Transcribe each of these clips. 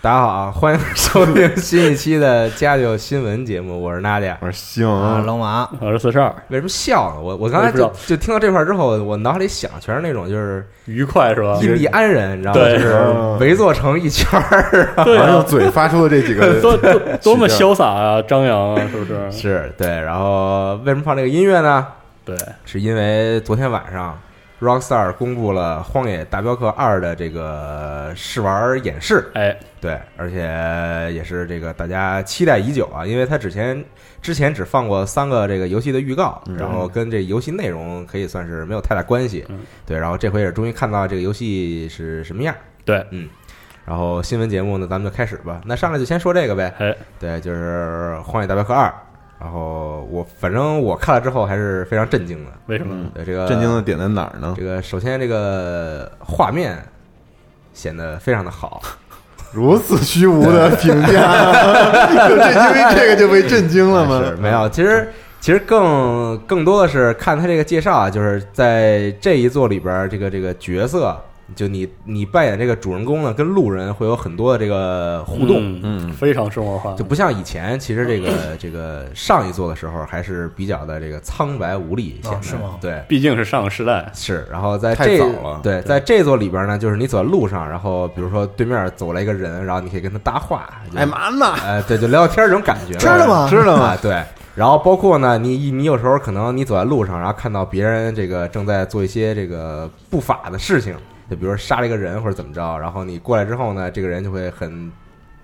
大家好啊，欢迎收听新一期的《家酒新闻》节目，我是娜姐。我说行，啊，龙马我是四十二， 为什么笑呢？我我刚才我也就不知就听到这块儿之后，我脑海里想全是那种啊就是愉快是吧？印第安人，你知道吗？对就是围坐成一圈儿，好对像 用啊，嘴发出了这几多 个，多多么是潇洒啊，张扬啊，是不是？是对。然后为什么放这个音乐呢？对，是因为昨天晚上 Rockstar 公布了《荒野大镖客二》的这个试玩演示，哎，对，而且也是这个大家期待已久啊，因为它之前之前只放过三个这个游戏的预告，然后跟这游戏内容可以算是没有太大关系。嗯对，然后这回也终于看到这个游戏是什么样。嗯对，然后新闻节目呢，咱们就开始吧。那上来就先说这个呗。哎，对，就是《荒野大镖客二》。然后我反正我看了之后还是非常震惊的。为什么？对这个嗯震惊的点在哪儿呢？这个首先这个画面显得非常的 好，如此虚无的评价， 就这因为这个就被震惊了 是吗？没有，其实其实更更多的是看他这个介绍啊，就是在这一座里边儿，这个这个角色，就你你扮演这个主人公呢，跟路人会有很多的这个互动。嗯，非常生活化，就不像以前，其实这个这个上一座的时候还是比较的这个苍白无力，显得、啊是吗对，毕竟是上个时代，是。然后在太这早了对，在这座里边呢，就是你走在路上，然后比如说对面走来一个人，然后你可以跟他搭话，就哎妈呢？哎，对，就聊聊天儿这种感觉，吃了吗吃了吗？ 对。然后包括呢，你你有时候可能你走在路上，然后看到别人这个正在做一些这个不法的事情，就比如说杀了一个人或者怎么着，然后你过来之后呢，这个人就会很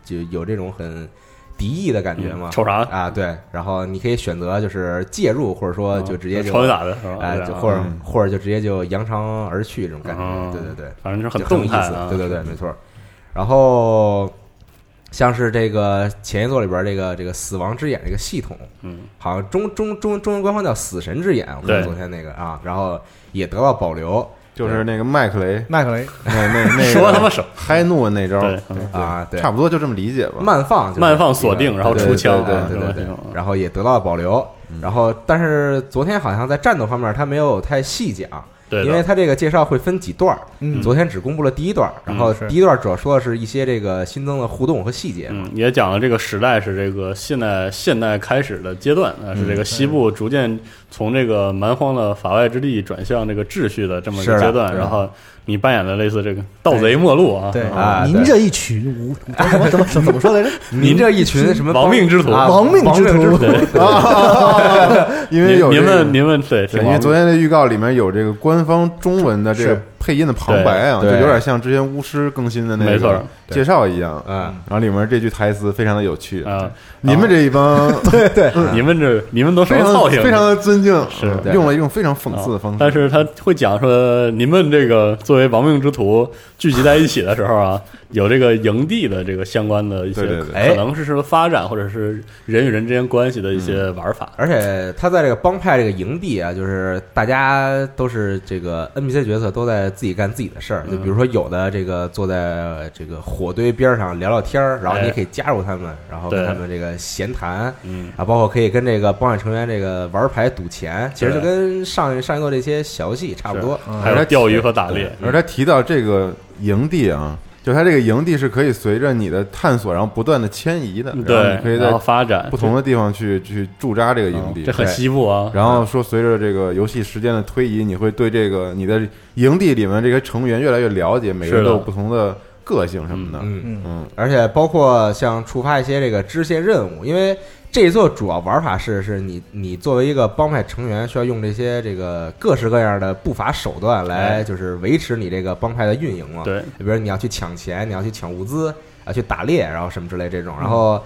就有这种很敌意的感觉嘛嗯，瞅啥？啊，对。然后你可以选择就是介入，或者说就直接就朝你打的时候，哎，对啊就或者嗯或者就直接就扬长而去这种感觉，嗯对对对。反正就是就很很动有态意啊，思对对 对，没错。然后像是这个前一座里边这个这个死亡之眼这个系统，嗯，好像中中中中文官方叫死神之眼，我看对昨天那个啊，然后也得到保留就是那个麦克雷，麦克雷，那那那个 说他妈什么？嗨怒那招，对嗯啊，对，差不多就这么理解吧。慢放就是慢放锁定，对然后对出枪，对对是对吧对对这种嗯然后也得到了保留。然后，但是昨天好像在战斗方面他没有太细讲，对的，因为他这个介绍会分几段儿，嗯，昨天只公布了第一段儿，然后嗯是第一段儿主要说的是一些这个新增的互动和细节嘛，嗯，也讲了这个时代是这个现代现代开始的阶段，啊，是嗯这个西部逐渐从这个蛮荒的法外之地转向这个秩序的这么一是的个阶段。对然后你扮演的类似这个盗贼末路啊，对啊您对这一曲无怎么怎么怎么怎么说来着？ 您这一群什么亡命之徒啊 亡命亡之命之徒， 因为有您您这个们您们对，对，挺因为忙昨天的预告里面有这个官方中文的这个是配音的旁白啊，就对对有点像之前巫师更新的那没个错介绍一样。嗯，然后里面这句台词非常的有趣，啊，你们这一帮对对，你们这你 们都什非么常操性？非常的尊敬，是嗯对用了一种非常讽啊刺的方式。但是他会讲说，你们这个作为亡命之徒聚集在一起的时候啊，有这个营地的这个相关的一些，对对对哎可能是说发展或者是人与人之间关系的一嗯些玩法。而且他在这个帮派这个营地啊，就是大家都是这个 NPC 角色都在自己干自己的事儿，就嗯比如说有的这个坐在这个火堆边上聊聊天儿，然后你哎也可以加入他们，然后跟对他们这个闲谈。嗯，啊，包括可以跟这个帮派成员这个玩牌赌钱，其实就跟上一上一座这些小游戏差不多。嗯嗯还有钓鱼和打猎，而他提到这个营地啊，就他这个营地是可以随着你的探索，然后不断的迁移的，然后嗯对你可，以然后在发展不同的地方去去驻扎这个营地这。很对西部啊。然后说，随着这个游戏时间的推移，你会对这个你的营地里面这些成员越来越了解，每个人是的都有不同的个性什么的。嗯嗯嗯而且包括像触发一些这个支线任务，因为这一座主要玩法是，是你你作为一个帮派成员，需要用这些这个各式各样的不法手段来，哎就是维持你这个帮派的运营嘛。，对，比如你要去抢钱，你要去抢物资，啊，去打猎，然后什么之类这种，然后。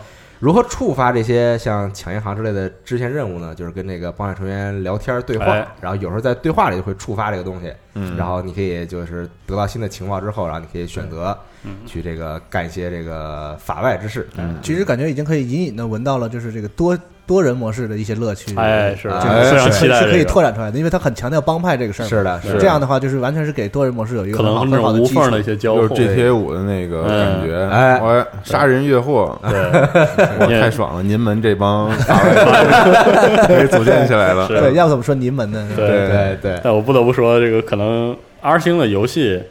如何触发这些像抢银行之类的支线任务呢？就是跟这个帮派成员聊天对话，哎然后有时候在对话里就会触发这个东西，嗯，然后你可以就是得到新的情报之后，然后你可以选择嗯去这个干一些这个法外之事。嗯其实感觉已经可以隐隐的闻到了，就是这个多多人模式的一些乐趣。哎，啊是的哎这个非常是期待是可以这个拓展出来的，因为它很强调帮派这个事儿嘛。是的，是这样的话，就是完全是给多人模式有一个可很好能很那好种的无基础缝的一些交就是互， GTA 五的那嗯个感觉，哎哎，杀人越货，对，哇，也太爽了！您们这帮大外 给组建起来了，是啊对，要不怎么说您们呢？对对对 但我不得不说，这个可能 R 星的游戏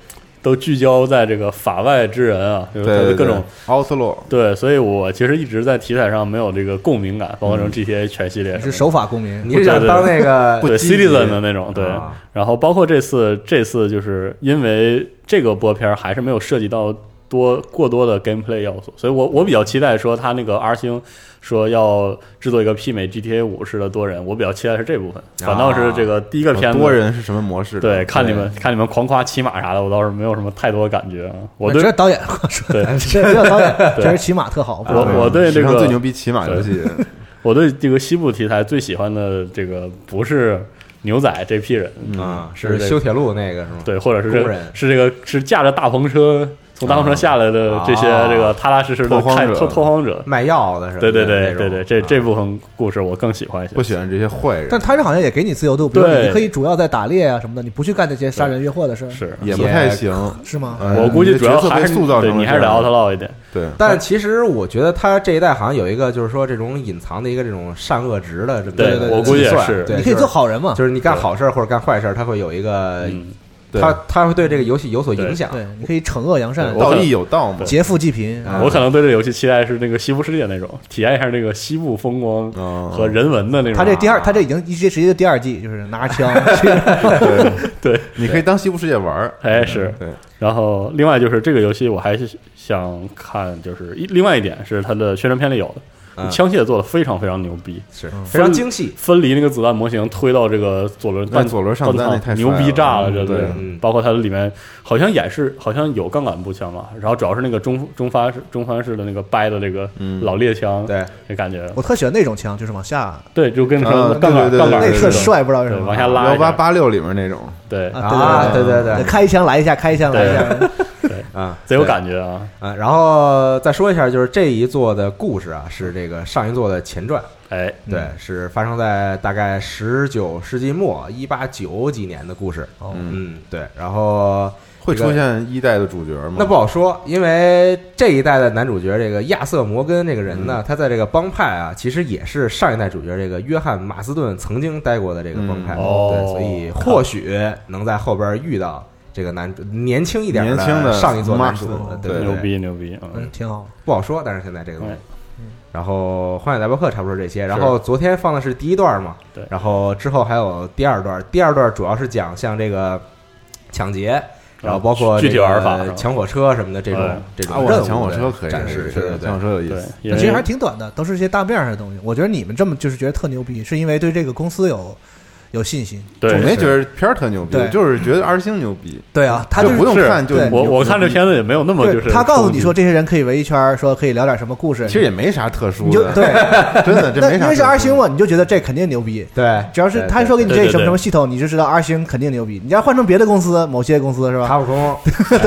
都聚焦在这个法外之人啊，就是它对的对各种 outlaw，对，所以我其实一直在题材上没有这个共鸣感，嗯包括这种 GTA 全系列你什么是的守法公民， 你是想当那个对积极 Citizen 的那种对啊。然后包括这次，这次就是因为这个播片儿还是没有涉及到多过多的 gameplay 要素，所以我我比较期待说他那个 R 星说要制作一个媲美 GTA 五式的多人，我比较期待是这部分，反倒是这个第一个片子哦多人是什么模式？对，看你们看你们狂夸骑马啥的，我倒是没有什么太多感觉啊。我那对这导演，对这这导演，对这人骑马特好。我我对史这上个最牛逼骑马游戏，我对这个西部题材最喜欢的这个不是牛仔这批人，嗯啊，是是这修铁路那个是吗？嗯对，或者是工这人是这个是驾着大篷车从大篷车下来的这些啊这个踏踏实实的啊拓荒开者嗯拓拓荒者。卖药的是吧？对对对那对种啊对，这这部分故事我更喜欢一些啊不。喜欢这些坏人但，他这好像也给你自由度，比如对你可以主要在打猎啊什么的，你不去干这些杀人越货的事儿，是也不太行。是吗？嗯我估计你主的要角色还被是塑造对成你还是得这样 outlaw 一点。对，但其实我觉得他这一代好像有一个，就是说这种隐藏的一个这种善恶值的这么一个对我估计也计算是对你可以就是做好人嘛。就是你干好事儿或者干坏事儿，他会有一哎个，嗯，对他他会对这个游戏有所影响。对，你可以惩恶扬对，善哎道义有道嘛。劫富济贫嗯啊。我可能对这游戏期待是那个西部世界那种，体验一下这个西部风光嗯和人文的那种。啊他这第二，他这已经一接直接就第二季，就是拿着 枪去对，对，你可以当西部世界玩儿。哎是。对，然后另外就是这个游戏，我还是想看，就是一另外一点是它的宣传片里有的，嗯枪械做的非常非常牛逼，是非常精细。分离那个子弹模型推到这个左轮那弹左轮上弹弹那太帅牛逼炸了，了，这对对。嗯包括它里面好像演示，好像有杠杆步枪嘛，然后主要是那个中中发式中翻式的那个掰的这个嗯老猎枪，对，这感觉我特喜欢那种枪，就是往下，对，就跟啊说对杠杆对对杠杆对那似特的帅，不知道为什对，么。往下拉幺一八下，八六里面那种，对，啊，对啊对对对开一枪来一下，开一枪来一下。啊，贼有感觉啊！啊，然后再说一下，就是这一座的故事啊，是这个上一座的前传，哎，嗯对，是发生在大概十九世纪末一八九几年的故事。哦嗯嗯，对，然后会出现一代的主角吗？那不好说，因为这一代的男主角这个亚瑟·摩根这个人嗯呢，他在这个帮派啊，其实也是上一代主角这个约翰·马斯顿曾经待过的这个帮派，嗯哦对，所以或许能在后边遇到这个男主年轻一点年轻的的上一座男主马斯顿，对对牛对逼牛逼！嗯嗯，，挺好。不好说，但是现在这个东西嗯。然后《荒野大镖客》差不多这些，然后昨天放的是第一段嘛，对然后之后还有第二段，第二段主要是讲像这个抢劫，然后包括啊具这具体个玩法是吧抢火车什么的这种嗯这啊，种任我务抢火车可以展示，是对对的，对抢火车有意对思，，因但其实还为是挺短的，都是一些大面上的东西。我觉得你们这么就是觉得特牛逼，是因为对这个公司有有信心。我对没觉得片儿特牛逼对，就是觉得 R 星牛逼，对啊，他就就不用看就对我我看这子片子也没有那么就对是他告诉你冲说这些人可以围一圈儿，说可以聊点什么故事，其实也没啥特殊你就的，对， 真的这那没啥。因为是 R 星，嘛，你就觉得这肯定牛逼。对，只要是他说给你对这对什么对什么系统，你就知道 R 星肯定牛逼。你要换成别的公司，某些公司是吧？卡普空， 对，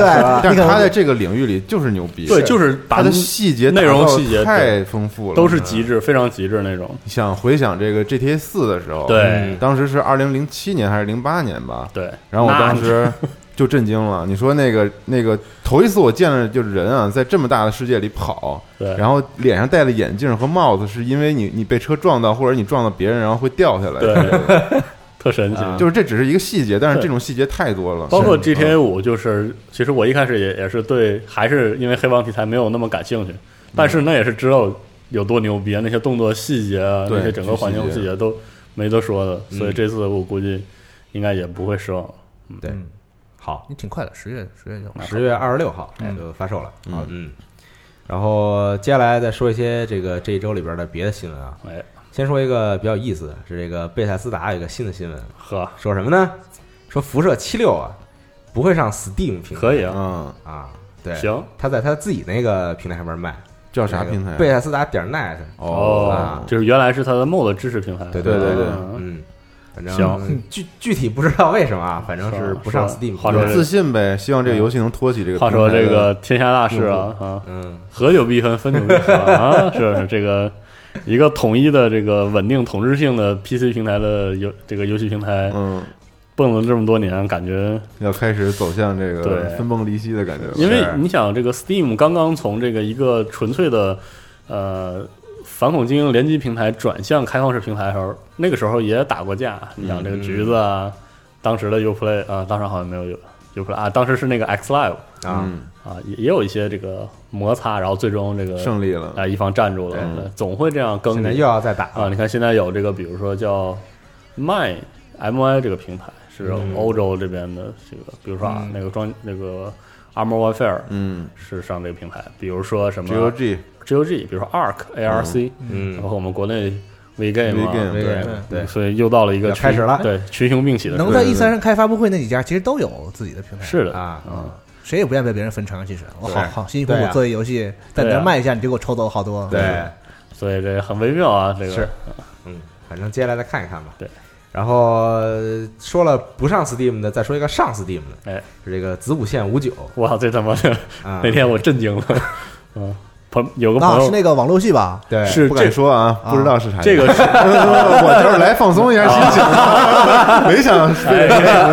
但你是可他在能这个领域里就是牛逼，对，就是把他的细节内容细节打造太丰富了，都是极致，非常极致那种。想回想这个 GTA 四的时候，对当时是二零零七年还是零八年吧，对，嗯然后我那当时 就震惊了。你说那个那个头一次我见了，就是人啊，在这么大的世界里跑，对然后脸上戴了眼镜和帽子，是因为你你被车撞到，或者你撞到别人，然后会掉下来。对，特神奇。就是这只是一个细节，但是这种细节太多了。包括是 GTA 五，就是其实我一开始也也是对，还是因为黑帮题材没有那么感兴趣，嗯但是那也是知道有多牛逼啊，那些动作细节啊，对那些整个环境巨细细节嗯节都没得说的，所以这次我估计应该也不会失望。对，好，你挺快的，十月十月就买十月二十六号哎嗯就发售了。嗯好，嗯。然后接下来再说一些这个这一周里边的别的新闻啊。哎，先说一个比较有意思的，是这个贝塞斯达有一个新的新闻，呵，说什么呢？说辐射七六啊不会上 Steam 平台，可以啊，嗯，啊，对，行，他在他自己那个平台上面卖，叫啥平台啊？贝塞斯达点儿 net。哦啊，就是原来是他的 MOD 支持平台，对对对对嗯嗯，反正行嗯具具体不知道为什么啊，反正是不上是 Steam 话平台说有这自信呗，希望这个游戏能托起这个。话说这个，天下大事啊啊，嗯，合久必分，分久必合啊，是是这个一个统一的这个稳定统治性的 PC 平台的游这个游戏平台嗯，蹦了这么多年，感觉要开始走向这个对分崩离析的感觉了。因为你想这个 Steam 刚刚从这个一个纯粹的呃反恐精英联机平台转向开放式平台的时候，那个时候也打过架，你想这个橘子嗯啊，当时的 Uplay 啊，当时好像没有 U Uplay 啊，当时是那个 X Live 啊，嗯，啊，也也有一些这个摩擦，然后最终这个胜利了，啊一方站住了，对对总会这样更现的在又要再打啊，了你看现在有这个，比如说叫 My M I 这个平台是嗯欧洲这边的这个，比如说啊嗯那个装那个 Armor Warfare 嗯是上这个平台，比如说什么 g O G， G O G，比如说 Arc A R C，嗯包括我们国内 V Game 啊 Vgame，这个对对，所以又到了一个要开始群了对群雄并起的时能候，在对对 E 三上开发布会那几家，其实都有自己的平台，是的啊嗯谁也不愿意被别人分成。其实哦我好对好辛辛苦对苦啊做一游戏，在对你这啊儿卖一下，你就给我抽走好多。对，所以这很微妙啊，这个是嗯，反正接下来再看一看吧。对，然后呃说了不上 Steam 的，再说一个上 Steam 的，哎，是这个子午线五九哇，这他妈的啊 那，天我震惊了，嗯，朋有个那朋是友那个网络游戏吧？对，是不敢这说啊，啊不知道是啥。这个是。我就是来放松一下心情，没想哎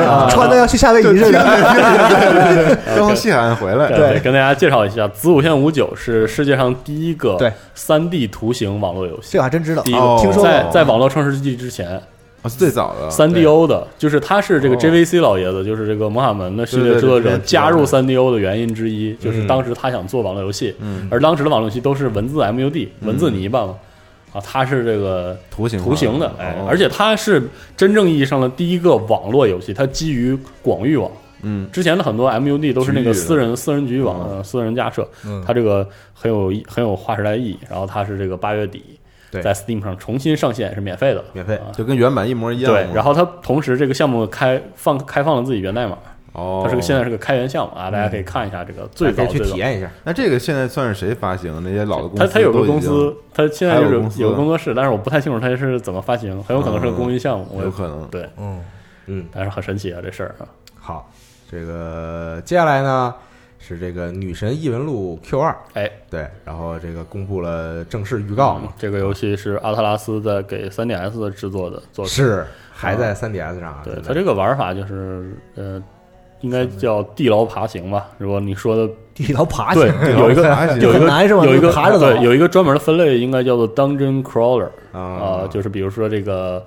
啊穿的要去夏威就夷听似着的。听着，刚从西海岸回 来。哎对，跟大家介绍一下，《子午线五九》是世界上第一个对三 D 图形网络游戏这个。还真知道第一，个哦听说在过。在网络创世纪之前，哦是最早的三 D O 的，就是他是这个哦 JVC 老爷子，就是这个魔法门的系列对对对制作者对对加入三 D O 的原因之一，就是嗯当时他想做网络游戏，嗯而当时的网络游戏都是文字 MUD 文字泥巴嘛，啊，他是这个图形哦图形的，哎，而且且它是真正意义上的第一个网络游戏，它基于广域网。嗯，之前的很多 MUD 都是那局域个的私人私人局域网、呃私人架设，嗯它这个很有意很有划时代意义。然后它是这个八月底对在 Steam 上重新上线，是免费的，免费啊就跟原版一模一样嘛。对，然后它同时这个项目开放开放了自己源代码，哦，嗯它是个现在是个开源项目啊，大家可以看一下这个最大早家可以最去体早。验一下，那这个现在算是谁发行？那些老的公司它它有个都已公经司，，它现在还就有是公司嗯有个工作室，但是我不太清楚它是怎么发行，很有可能是个公益项目，我也有可能对，嗯，嗯，但是很神奇啊这事儿啊，好，这个接下来呢是这个女神异闻录 Q 二，哎，对，然后这个公布了正式预告嘛嗯，这个游戏是阿特拉斯在给 3DS 制作的作品。是还在 3DS 上啊，嗯对现在它这个玩法就是呃，应该叫地牢爬行吧。如果你说的地牢爬对行，，有一个还行有一很个难是吧有一个爬着走对，有一个专门的分类，应该叫做 Dungeon Crawler 啊、啊，就是比如说这个。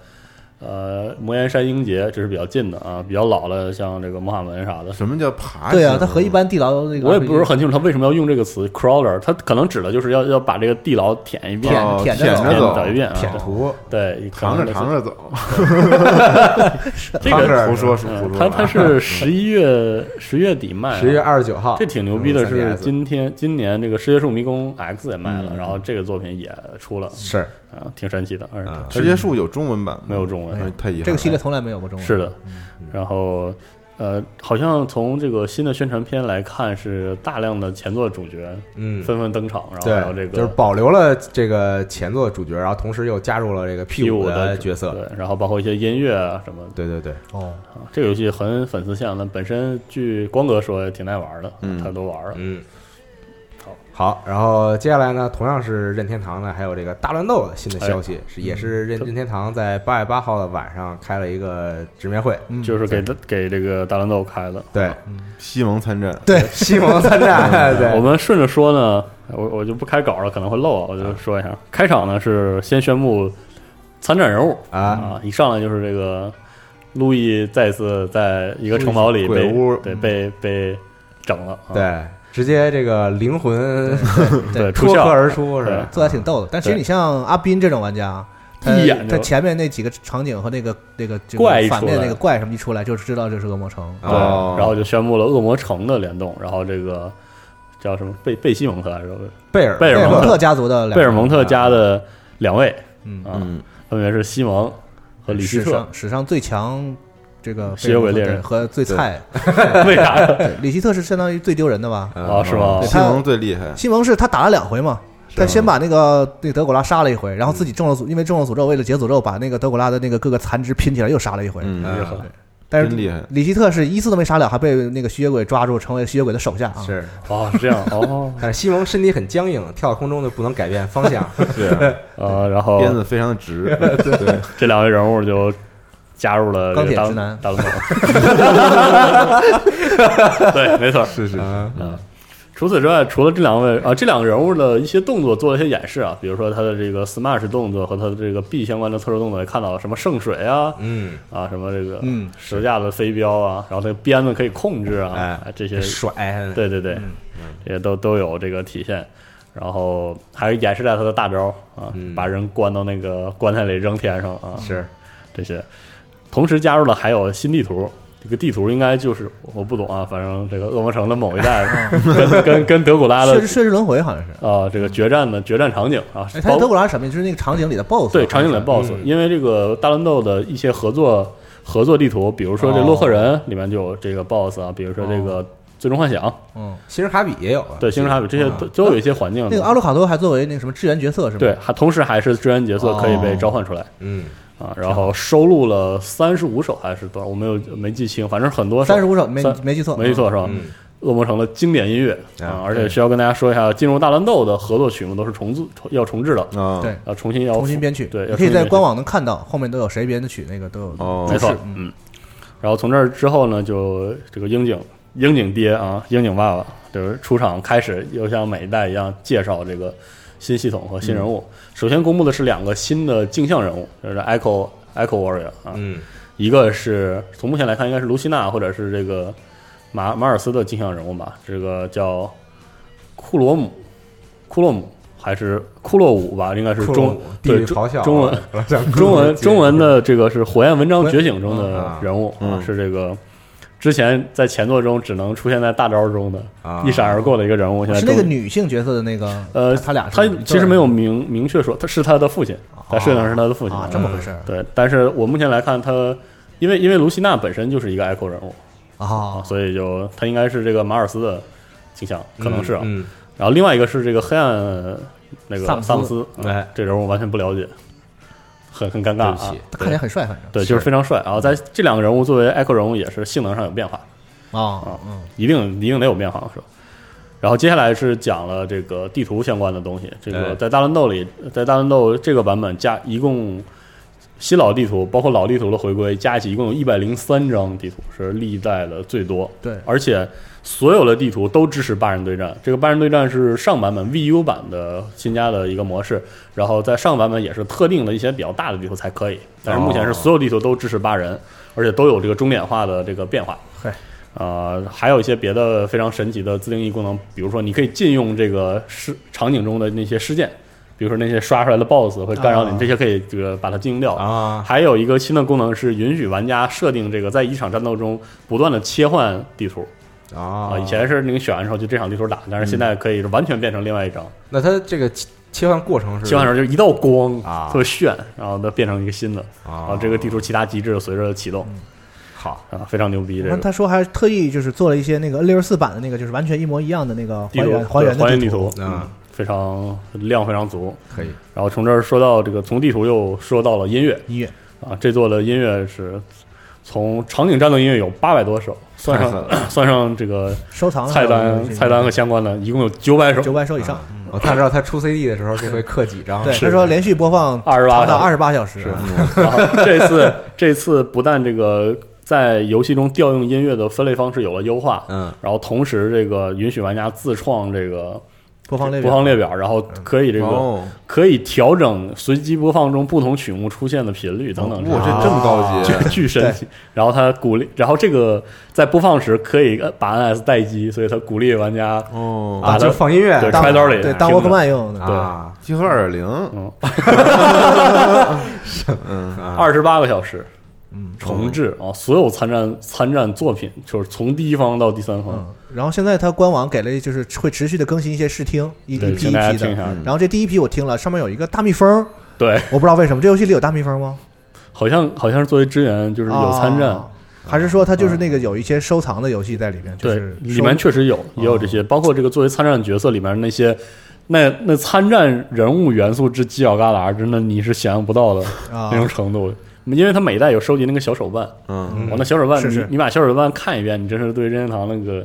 呃，魔岩山英杰这是比较近的啊，比较老了，像这个魔法门啥的，什么叫爬行？对啊，它和一般地牢那个我也不是很清楚他为什么要用这个词 crawler，他可能指的就是要要把这个地牢舔一遍，哦舔舔着舔着走，一遍啊，舔图，对，可扛能着类似扛着走，这扛个着胡说是胡嗯，说它啊。它是十一月十月底卖、啊，十月二十九号，嗯这挺牛逼的是 3DS 今天今年这个《世界树迷宫 X》也卖了，嗯然后这个作品也出了，是啊，挺神奇的，而且啊它直接树有中文版吗？没有中文哎，太遗憾了。这个系列从来没有过中文。是的，嗯然后。呃，好像从这个新的宣传片来看，是大量的前作主角嗯。纷纷登场，然后对还有这，个就是保留了这个前作主角，然后同时又加入了这个 P 五五的角色。对，然后包括一些音乐啊什么的。对对对，哦，啊这个游戏很粉丝向，但本身据光哥说也挺耐玩的，嗯他都玩了。嗯，好，好，然后接下来呢，同样是任天堂呢，还有这个大乱斗的新的消息，是也是任哎嗯这任天堂在八月八号的晚上开了一个直面会，嗯就是给给这个大乱斗开的，对，西蒙参战，对， 西蒙参 战，对，我们顺着说呢，呃我我就不开稿了，可能会漏啊，我就说一下。开场呢是先宣布参战人物啊，啊，一上来就是这个路易再次在一个城堡里鬼被屋对被被整了，啊对，直接这个灵魂对脱出壳校而出是吧？做的挺逗的。但其实你像阿斌这种玩家，一眼它就前面那几个场景和那个那个就是怪一反面出来那个怪什么一出来，就是知道这是恶魔城。对，哦啊然后就宣布了恶魔城的联动，然后这个叫什么贝贝西蒙特还是贝尔贝尔贝尔蒙蒙特特家族的两个贝尔蒙特家的两位，嗯啊，嗯，分别是西蒙和里希史特，上史上最强这个吸血鬼猎人贝尔蒙特和最菜，为啥呀？对里希特是相当于最丢人的吧？哦是吗嗯西蒙最厉害，西蒙是他打了两回嘛，啊他先把那个那个德古拉杀了一回，然后自己中了嗯诅，因为中了诅咒，为了解诅咒，把那个德古拉的那个各个残肢拼起来又杀了一回。嗯，啊但是真厉害里希特是一次都没杀了，还被那个吸血鬼抓住，成为吸血鬼的手下啊。是，哦，是这样哦，但是西蒙身体很僵硬，跳到空中就不能改变方 向。是呃，然后鞭子非常的 直，对，这两位人物就加入了这钢个铁当直男当总。 对，没错，是是是，嗯，除此之外，除了这两位啊，这两个人物的一些动作做了一些演示啊，比如说他的这个 smash 动作和他的这个 B 相关的特殊动作，也看到了什么圣水啊，嗯，啊什么这个嗯十字架的飞镖啊，然后那个鞭子可以控制啊，啊哎，这些甩，对对对，嗯这些都都有这个体现。然后还演示在他的大招啊，嗯把人关到那个棺材里扔天上啊，是这些。同时加入了还有新地图，这个地图应该就是我不懂啊，反正这个恶魔城的某一 代嗯跟跟跟德古拉血的之血之轮回好像是。啊这个决战的决战场景啊哎，，他包德古拉是什么？就是那个场景里的 BOSS。对场景里 BOSS，嗯因为这个大乱斗的一些合作合作地图，比如说这哦洛克人里面就有这个 BOSS 啊，比如说这个最终幻想，嗯，星尔卡比也有啊，对星之卡比这些都都有一些环境那个阿的。鲁卡多还作为那个什么支援角色是吗？哦对，，还同时还是支援角色可以被召唤出来，嗯，啊，然后收录了三十五首还是多少？我没有没记清，反正很多三十五首没三没记 错，没记错是吧？嗯恶魔城的经典音乐啊啊，而且需要跟大家说一下，进入大乱斗的合作曲目都是重制要重制的，啊，对，要重新要重新编曲，嗯对，你要可重以新在编曲官网能看到后面都有谁编的曲，那个都有。哦没错是，嗯。然后从这儿之后呢，就这个樱井樱井爹啊，樱井爸爸就是出场开始，又像每一代一样介绍这个新系统和新人物。首先公布的是两个新的镜像人物，就是 Echo Echo Warrior 啊，嗯一个是从目前来看应该是卢西娜或者是这个马马尔斯的镜像人物吧，这个叫库罗姆，库洛姆还是库洛姆吧，应该是库洛中姆地对狱咆哮啊，中 文 中文中文的这个是《火焰文章觉醒》中的人物嗯啊，是这个之前在前作中只能出现在大招中的啊一闪而过的一个人物，现在哦是那个终于女性角色的那个，呃，他俩是他一对儿其实没有明明确说他是他的父亲，在设定上是他的父亲啊，这么回嗯事儿对，但是我目前来看他。因为因为卢西娜本身就是一个 echo 人物啊，啊，哦所以就他应该是这个马尔斯的倾向，可能是啊。嗯，然后另外一个是这个黑暗呃那个萨姆斯萨姆斯，啊哎这人物完全不了解，很很尴尬对啊不起。他看起来很帅，反正对，就是非常帅。然后在这两个人物作为 Echo 人物，也是性能上有变化，啊，嗯，一定一定得有变化是吧？然后接下来是讲了这个地图相关的东西。这个哎在大乱斗里，在大乱斗这个版本加一共新老地图，包括老地图的回归，加起一共有一百零三张地图，是历代的最多。对而且所有的地图都支持八人对战。这个八人对战是上版本 VU 版的新加的一个模式，然后在上版本也是特定的一些比较大的地图才可以，但是目前是所有地图都支持八人，而且都有这个终点化的这个变化。嘿。呃，还有一些别的非常神奇的自定义功能，比如说你可以禁用这个事场景中的那些事件，比如说那些刷出来的 BOSS 会干扰你，啊这些可以这个把它禁用掉。啊，还有一个新的功能是允许玩家设定这个在一场战斗中不断的切换地图啊，啊，以前是你选完之后就这场地图打，但是现在可以完全变成另外一张，那它这个切切换过程是切换的时候就一道光啊特别炫，然后它变成一个新的，然后啊，这个地图其他机制随着启动好，啊，非常牛逼这然后个他说还特意就是做了一些那个 N 六十四版的那个，就是完全一模一样的那个地还图原还原对还的原地图，嗯，非常量非常足。可以，然后从这儿说到这个，从地图又说到了音乐音乐，啊，这座的音乐是从场景战斗音乐有八百多首，算太狠上算上这个收藏菜单菜单和相关的，一共有九百首，九百首以上。啊我大概知道他出 CD 的时候这会刻几 张，对，嗯是他说连续播放28长达小时二十八小时，然后啊这次这次不但这个在游戏中调用音乐的分类方式有了优化，嗯然后同时这个允许玩家自创这个播放列播表，嗯放列表，然后可以这个哦，可以调整随机播放中不同曲目出现的频率哦等等啊这哇，样。这这么高级， 巨巨神奇，然后他鼓励，然后这个在播放时可以呃把 NS 待机，所以他鼓励玩家，哦，把啊，它就放音乐对当揣兜里啊对，当听的 Walkman 用的。啊，集合二点零，嗯，啊嗯二十八个小时，重置嗯啊，所有参战参战作品就是从第一方到第三方，嗯，然后现在它官网给了，就是会持续的更新一些试听，一一对，批请一大家批听一的。下，然后这第一批我听了，上面有一个大蜜蜂，对，我不知道为什么这游戏里有大蜜蜂吗？好像好像是作为支援，就是有参战，嗯哦还是说它就是那个有一些收藏的游戏在里面？就对是，嗯里面确实有也有这些，包括这个作为参战角色里面那些。那那参战人物元素之犄角旮旯，真的你是想象不到的啊那，种程度，因为它每一代有收集那个小手办，嗯，嗯我那小手办，是是你你把小手办看一遍，你真是对任天堂那个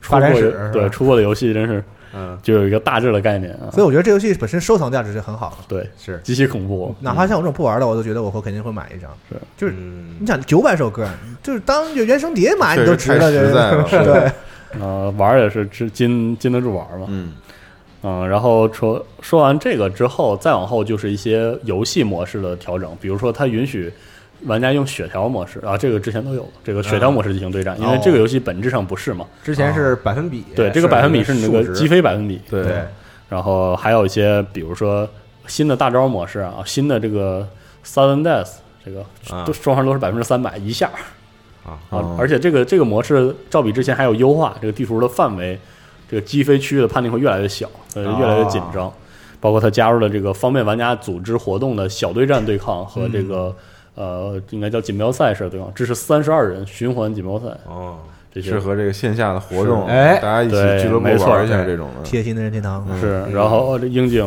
出发过展史的是吧对出过的游戏，真是嗯就有一个大致的概念啊。所以我觉得这游戏本身收藏价值就很好了，对，是极其恐怖。哪怕像我这种不玩的，我都觉得我会肯定会买一张。就是嗯你想九百首歌，就是当原声碟买啊你确实都太值了，实在这 了，是对，呃，玩儿也是只禁禁得住玩儿嘛。嗯，嗯，然后说说完这个之后，再往后就是一些游戏模式的调整，比如说它允许玩家用血条模式啊，这个之前都有这个血条模式进行对战，因为这个游戏本质上不是嘛。之前是百分比，啊对，这个百分比是你那个数值击飞百分比，嗯对对，然后还有一些比如说新的大招模式啊，新的这个 sudden death 这个啊都双方都是百分之三百一下啊哦而且这个这个模式照比之前还有优化，这个地图的范围，这个击飞区域的判定会越来越小，呃，哦越来越紧张。包括它加入了这个方便玩家组织活动的小对战对抗和这嗯个、呃，应该叫锦标赛式的对抗，这是三十二人循环锦标赛，哦，这些适合这个线下的活动，是哎大家一起对俱乐部没错玩一下这种的，贴心的任天嗯嗯堂。是，然后这樱井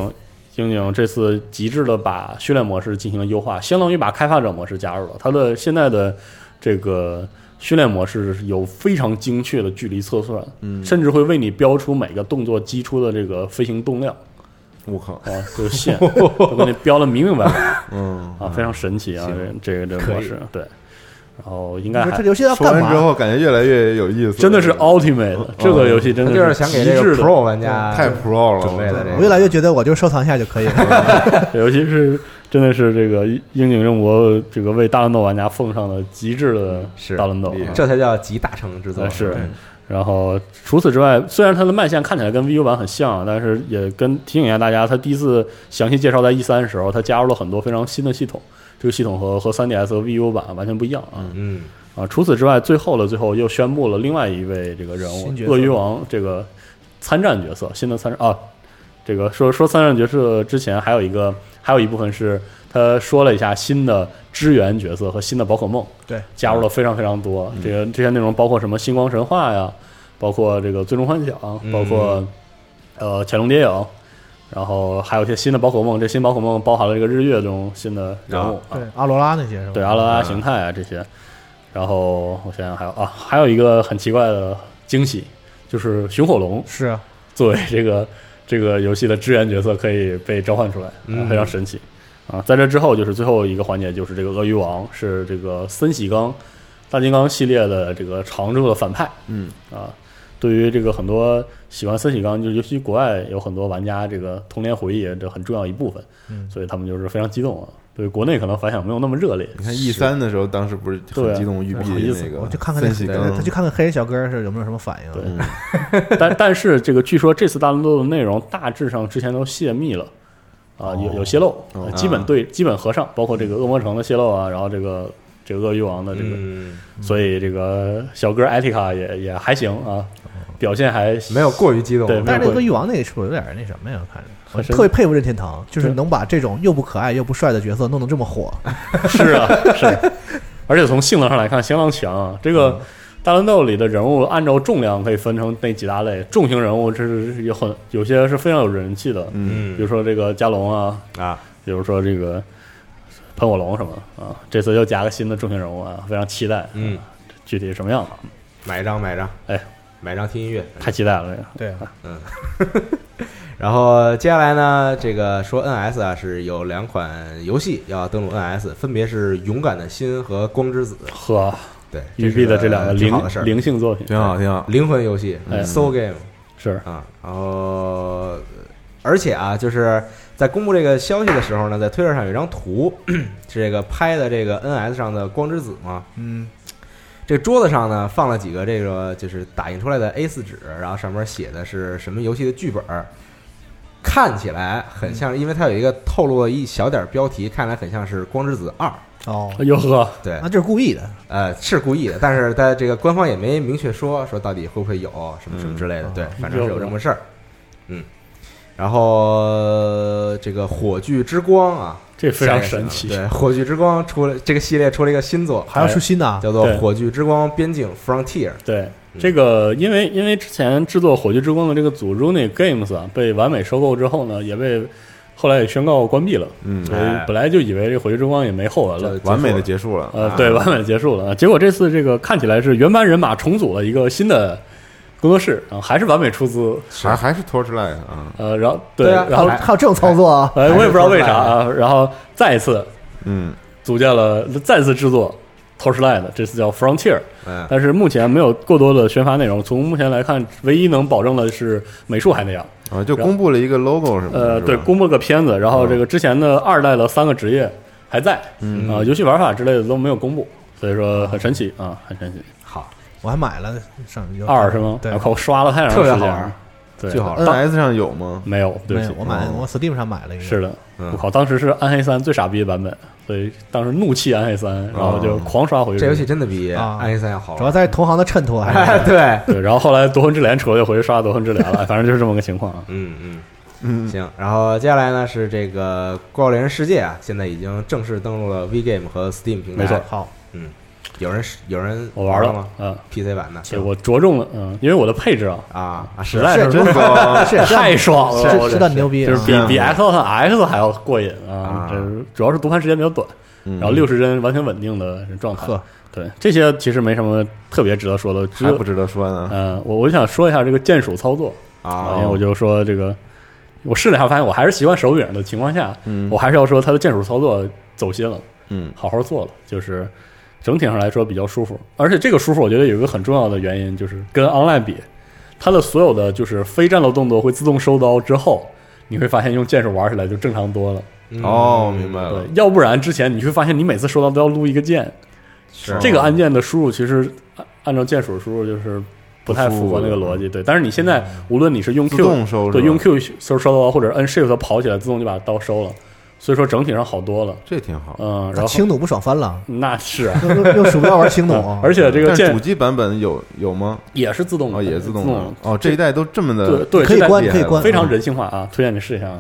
樱井这次极致的把训练模式进行了优化，相当于把开发者模式加入了。它的现在的这个训练模式是有非常精确的距离测算，嗯甚至会为你标出每个动作击出的这个飞行动量我靠，啊，这 个线都给你标的明明白白嗯，啊，非常神奇啊，嗯这这个这个模式对。然后应你该说还这游戏要说干完之嘛？后感觉越来越有意思了，真的是哦 ultimate 这个游戏真他嗯的就是想极给这个致的嗯 Pro 玩家太 pro 了，准备的这我越来越觉得我就收藏一下就可以了。 尤其是真的是这个樱井任吾这个为大乱斗玩家奉上了极致的是大乱斗啊，厉害嗯这才叫集大成之作，呃是。然后除此之外，虽然它的卖相看起来跟 VU 版很像啊，但是也跟提醒一下大家，它第一次详细介绍在 E 三时候，它加入了很多非常新的系统，这个系统和和 3DS 和 VU 版完全不一样啊、嗯，啊！除此之外，最后的最后又宣布了另外一位这个人物新角色鳄鱼王这个参战角色，新的参战啊，这个说说三战角色之前，还有一个还有一部分是他说了一下新的支援角色和新的宝可梦，对，嗯加入了非常非常多。这个这些内容包括什么星光神话呀，包括这个最终幻想，包括、嗯呃潜龙谍影，然后还有一些新的宝可梦。这新宝可梦包含了这个日月中新的人物，啊对，阿罗拉那些是吧？对阿拉嗯拉形态啊这些。然后我想想还有啊，还有一个很奇怪的惊喜，就是熊火龙是啊，作为这个这个游戏的支援角色可以被召唤出来，嗯啊非常神奇啊！在这之后就是最后一个环节，就是这个鳄鱼王是这个森喜刚大金刚系列的这个常驻的反派嗯，啊。对于这个很多喜欢森喜刚，就尤其国外有很多玩家这个童年回忆这很重要一部分，嗯所以他们就是非常激动啊。对于国内可能反响没有那么热烈，你看 E 三的时候，当时不是对很激动欲我好意毙思那个，我去看看分那个析对，他刚去，看看黑人小哥是有没有什么反应。对嗯但但是这个据说这次大乱斗的内容大致上之前都泄密了，啊，有有泄露，哦呃基本对基本合上，包括这个恶魔城的泄露啊，然后这个这个鳄鱼王的这个，嗯，所以这个小哥艾提卡也也还行哦啊，表现还没有过于激动，对但是没有那个玉王那个是不是有点那什么呀？看着我很神特别佩服任天堂，就是对能把这种又不可爱又不帅的角色弄得这么火。是啊，是啊，而且从性能上来看，相当强啊。这嗯个大乱斗里的人物按照重量可以分成那几大类，重型人物这是有很有些是非常有人气的， 嗯比如说这个加龙啊，啊，比如说这个喷火龙什么的啊，这次又加个新的重型人物啊，非常期待，嗯，具体是什么样啊？买一张买一张，哎，买一张听音乐。太期待了，这个对啊，然后接下来呢，这个说 NS 啊是有两款游戏要登陆 NS，分别是《勇敢的心》和《光之子》。呵，对，育碧的这两个挺好的事灵儿，灵性作 品，挺好挺好，灵魂游戏哎，Soul Game。是啊，然后而且啊，就是在公布这个消息的时候呢，在推特上有一张图， 是这个拍的这个 NS 上的光之子嘛，嗯，这桌子上呢放了几个这个就是打印出来的 A 4纸，然后上面写的是什么游戏的剧本儿，看起来很像，因为它有一个透露了一小点儿标题，看起来很像是《光之子二》。啊哦，哟呵，对那，这是故意的，呃，是故意的，但是它这个官方也没明确说说到底会不会有什么什么之类的，嗯对哦，反正是有这么事儿。嗯，然后这个《火炬之光》啊，这非下常一个神是奇。对，《火炬之光》出了这个系列出了一个新作，哎还要出新的啊？叫做哎对《火炬之光：边境 Frontier》。对嗯这个，因为因为之前制作《火炬之光》的这个组 Runic Games 啊，被完美收购之后呢，也被后来也宣告关闭了。嗯，所以哎本来就以为这《火炬之光》也没后文了就，完美的结束了。呃啊，对，完美结束了。结果这次这个看起来是原班人马重组了一个新的工作室，啊，还是完美出资。还还是 Torchlight 啊，呃，然后对啊然后还有这种操作啊？呃，我也不知道为啥啊，然后再一次嗯，组建了，再次制作 Torchlight，这次叫 Frontier。嗯，但是目前没有过多的宣发内容。从目前来看，唯一能保证的是美术还那样。啊，就公布了一个 logo 什么的，呃，嗯是吧对，公布个片子，然后这个之前的二代的三个职业还在，嗯啊、游戏玩法之类的都没有公布，所以说很神奇啊，很神奇。好，我还买了上有二是吗？啊对我，靠，我刷了太长时特别间好玩了，对，巨好玩。 NS 上有吗？没有，对没不有起，，我买哦我 Steam 上买了一个，是的，嗯我靠，当时是暗黑三最傻逼的版本，所以当时怒气暗黑三，然后就狂刷回去。这游戏真的比《啊暗黑三》要好玩。主 要在啊同行的衬托，还是哎，对，对，然后后来夺魂之镰出了，就回去刷夺魂之镰了，反正就是这么个情况啊。嗯嗯。嗯，行，然后接下来呢是这个《怪物猎人世界》啊，现在已经正式登陆了 VGame 和 Steam 平台。没错好，嗯，有人有人我玩了了吗，嗯， ？PC 版的对我着重了，嗯，因为我的配置啊，啊啊，实是在是真啊高，是太爽了，是我是真的牛逼啊，就是比嗯比 X 和 X 还要过瘾啊啊！这主要是读盘时间比较短，然然后六十帧完全稳定的状态呵。对，这些其实没什么特别值得说的，只还有不值得说呢。嗯，我我想说一下这个键鼠操作因为啊哎我就说这个，我试了一下，发现我还是习惯手柄的情况下，嗯我还是要说它的键鼠操作走心了，嗯好好做了，就是整体上来说比较舒服。而且这个舒服，我觉得有一个很重要的原因，就是跟 online 比，它的所有的就是非战斗动作会自动收刀之后，你会发现用键鼠玩起来就正常多了。嗯哦，明白了对，，要不然之前你会发现你每次收刀都要录一个键，是这个按键的输入其实按按照键鼠输入就是不太符合那个逻辑。对，但是你现在无论你是用自 Q 动收是对吧用 Q 收收刀，或者摁 Shift 跑起来自动就把刀收了，所以说整体上好多了。这挺好。嗯，那然后啊轻弩不爽翻了，那是啊，嗯用用用鼠标玩轻弩啊，而且这个但键主机版本有有吗？也是自动的，哦，也是自自动的。哦，这一代都这么对的，对，可以这代关厉害可以了关，非常人性化啊，推荐你试一下。啊。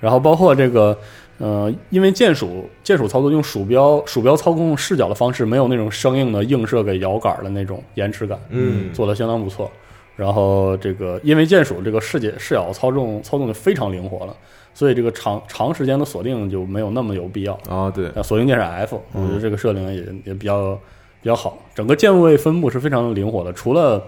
然后包括这个，呃，因为键鼠键鼠操作用鼠标鼠标操控视角的方式，没有那种生硬的映射给摇杆的那种延迟感，嗯做的相当不错。然后这个因为键鼠这个视觉视角操纵操纵就非常灵活了，所以这个长长时间的锁定就没有那么有必要。哦，对，那锁定键是 F，我觉得这个设定也也比较比较好。整个键位分布是非常灵活的，除了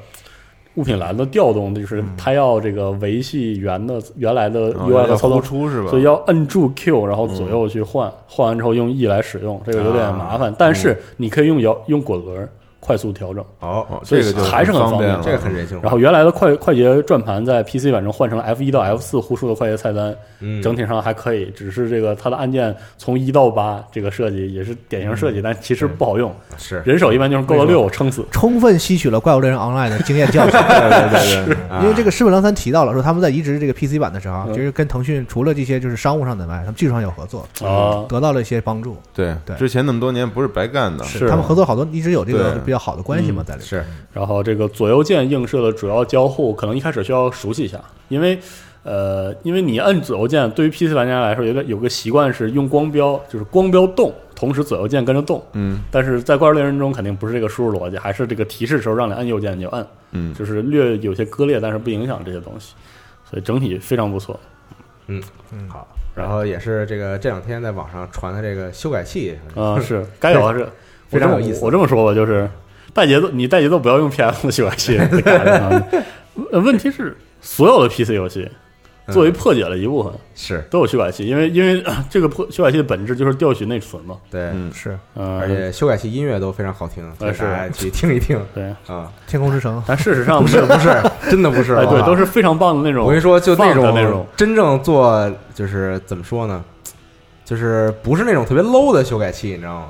物品栏的调动，就是它要这个维系原的嗯原来的哦 UI 要和突操作，出是吧？所以要摁住 Q，然后左右去换，换完之后用 E 来使用，这个有点麻烦。但是你可以用摇用滚轮快速调整。哦，哦，这个所以就还是很方方便了。这个很人性化。然后原来的快快捷转盘在 PC 版中换成了 F 一到 F 四互输的快捷菜单，嗯整体上还可以，只是这个它的按键从一到八这个设计也是典型设计，但其实不好用，是人手一般就是够到六撑死。充分吸取了《怪物猎人 Online》的经验教训。对对对对， 啊因为这个石本良三提到了说，他们在移植这个 PC 版的时候啊，嗯就是跟腾讯除了这些就是商务上的外，他们技术上有合作，嗯啊得到了一些帮助。对对之前那么多年不是白干的，是哦嗯他们合作好多一直有这个对比较好的关系嘛，在里面。是然后这个左右键映射的主要交互，可能一开始需要熟悉一下，因为呃，因为你摁左右键，对于 PC 玩家来说，有点有个习惯是用光标，就是光标动，同时左右键跟着动。嗯但是在《怪物猎人》中肯定不是这个输入逻辑，还是这个提示时候让你按右键你就按，嗯，就是略有些割裂，但是不影响这些东西，所以整体非常不错。好。然后也是这个这两天在网上传的这个修改器啊、是该有 还是非常有意我这么思我这么说吧，就是带节奏，你带节奏 不要用 PS 的游戏来改的啊。呃问题是，所有的 PC 游戏嗯作为破解了一部分，是都有修改器，因为因为 呃这个破修改器的本质就是调取内存嘛，对，嗯，是嗯，而且修改器音乐都非常好听，大呃是家去听一听对， 啊， 《天空之城》但事实上不没 是有不是，真的不是，哎，对，哇都是非常棒的那种。我跟你说，就那 funk 种的那种真正做就是怎么说呢，就是不是那种特别 low 的修改器，你知道吗？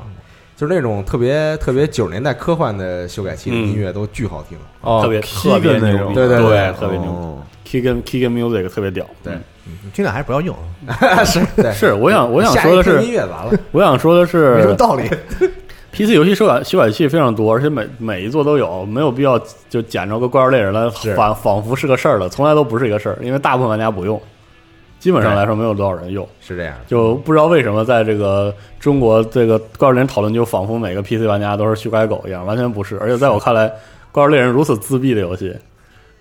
就是那种特别特别九十年代科幻的修改器的嗯音乐都巨好听，哦特别特 Keegan 别那牛种，逼，对对对特别牛哦逼。Keegan Keegan Music 特别屌，对嗯听俩还是不要用，是对。是我想我想下一说的听音是，乐 完了，我想说的没什么是道理。 ，PC 游戏修改修改器非常多，而且每每一座都有，没有必要就捡着个怪物猎人来是仿仿佛是个事儿了，从来都不是一个事儿，因为大部分玩家不用，基本上来说没有多少人用。 是这样，就不知道为什么在这个中国这个《怪物猎人》讨论，就仿佛每个 PC 玩家都是修改狗一样，完全不是。而且在我看来，《怪物猎人》如此自闭的游戏，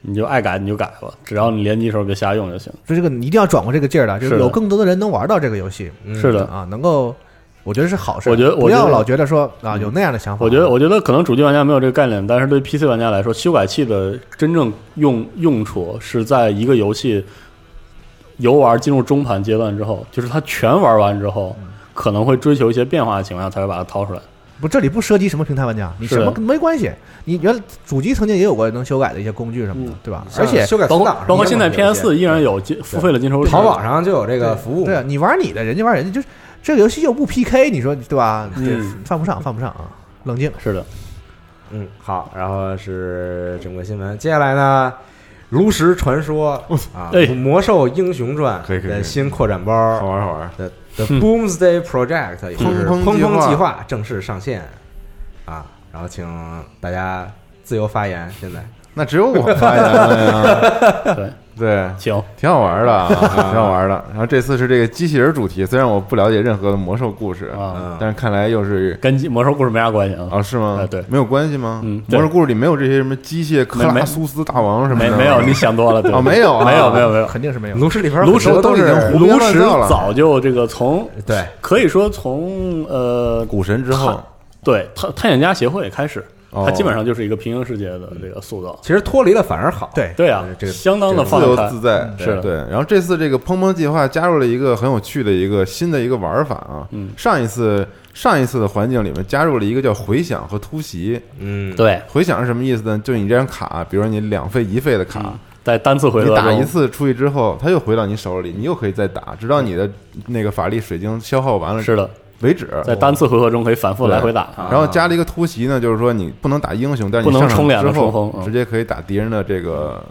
你就爱改你就改吧，只要你联机时候别瞎用就行。就这个你一定要转过这个劲儿来，就是是的有更多的人能玩到这个游戏嗯是的，啊，能够，我觉得是好事。啊我觉得我不觉要得老觉得说啊有那样的想法。我觉得，我觉得可能主机玩家没有这个概念，但是对 PC 玩家来说，修改器的真正用用处是在一个游戏游玩进入中盘阶段之后，就是它全玩完之后，可能会追求一些变化的情况下，才会把它掏出来。嗯不，这里不涉及什么平台玩家，你是什的么没关系。你原来主机曾经也有过能修改的一些工具什么嗯的，对吧？而且像呃修改包存括档，包括现在 PS 四依然有有金付费的金手一些指，淘宝上就有这个服务对啊，嘛，你玩你的，人家玩人家，就是这个游戏又不 PK，你说对吧？这嗯犯不上，犯不上啊！冷静，是的，嗯，好，然后是整个新闻，接下来呢，《炉石传说》啊，哎《魔兽英雄传可以》可以可的以新扩展包，好玩好玩， The The Boomsday Project，也 就是砰砰砰计划砰计划正式上线啊！然后请大家自由发言。现 在那只有我发言了呀， 对对。行，挺好玩的啊， 挺好玩的。然后这次是这个机器人主题，虽然我不了解任何的魔兽故事嗯啊但是看来又是跟魔兽故事没啥关系啊，啊，是吗？哎对没有关系吗？嗯对魔兽故事里没有这些什么机械克没拉没苏斯大王什么没的，没有，你想多了，对哦没有啊没有，没有，没有。肯定是没有。嗯炉石里边炉石很多都都已是经胡炉编石乱造了早就这个从对可以说从呃股神之后探对探探险家协会开始，哦它基本上就是一个平行世界的这个塑造。其实脱离了反而好。对，对啊，这个相当的自放由开自。在，是的对。然后这次这个砰砰计划加入了一个很有趣的一个新的一个玩法啊。嗯上一次上一次的环境里面加入了一个叫回响和突袭。嗯，对，回响是什么意思呢？就你这张卡，比如说你两费一费的卡，嗯在单次回你合打中一，次出去之后，它又回到你手里，你又可以再打，直到你的那个法力水晶消耗完了是的，为止。在单次回合中可以反复对来回打啊。然后加了一个突袭呢，就是说你不能打英雄，但是你不能上场冲两之个后冲锋嗯直接可以打敌人的这个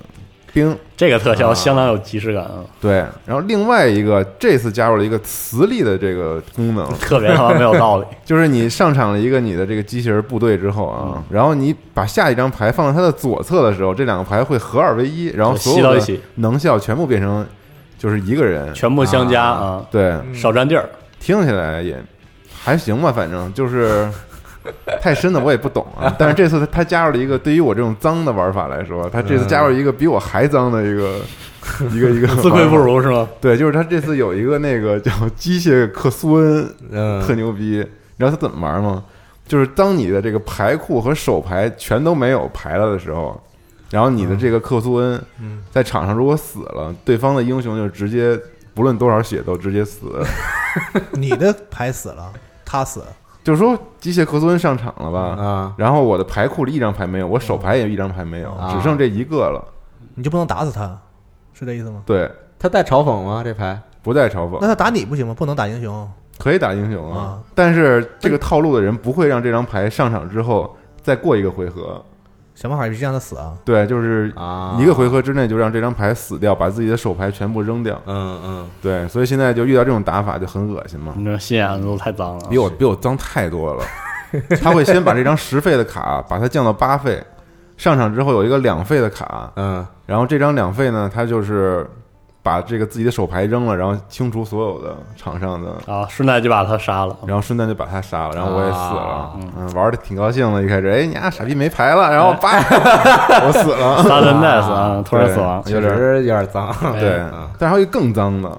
兵。这个特效啊相当有即视感啊，对，然后另外一个这次加入了一个磁力的这个功能，特别他妈没有道理。就是你上场了一个你的这个机器人部队之后啊嗯，然后你把下一张牌放到它的左侧的时候，这两个牌会合二为一，然后对所吸到有一的起能效全部变成就是一个人，全部相加啊啊，对，少占地儿。听起来也还行吧，反正就是 太深的我也不懂 啊。但是这次他他加入了一个，对于我这种脏的玩法来说，他这次加入一个比我还脏的一 个一个一个自愧不玩法。如是吗？对，就是他这次有一个那个叫机械克苏恩，嗯，特牛逼。你知道他怎么玩吗？就是当你的这个牌库和手牌全都没有牌了的时候，然后你的这个克苏恩嗯在场上如果死了，对方的英雄就直接不论多少血都直接死。 你的牌死了，他死了，就是说机械克苏恩上场了吧？啊，然后我的牌库里一张牌没有，我手牌也一张牌没有，啊只剩这一个了。你就不能打死他，是这意思吗？对，他带嘲讽吗？这牌不带嘲讽那，他打你不行吗？不能打英雄，可以打英雄啊但是这个套路的人不会让这张牌上场之后再过一个回合。想办法必须让他死啊！对，就是啊，一个回合之内就让这张牌死掉，把自己的手牌全部扔掉。嗯嗯，对，所以现在就遇到这种打法就很恶心嘛，你这心眼子都太脏了比。我比我脏太多了。他会先把这张十费的卡把它降到八费，上场之后有一个两费的卡，嗯然后这张两费呢，他就是把这个自己的手牌扔了，然后清除所有的场上的，啊，顺带就把他杀了。然后顺带就把他杀了，然后我也死了啊，嗯，玩的挺高兴的，一开始，哎，你丫傻逼没牌了，然后叭，我死了，杀人 death 啊，突然死亡。有确点实有点 脏，哎对嗯，但是还有一个更脏的，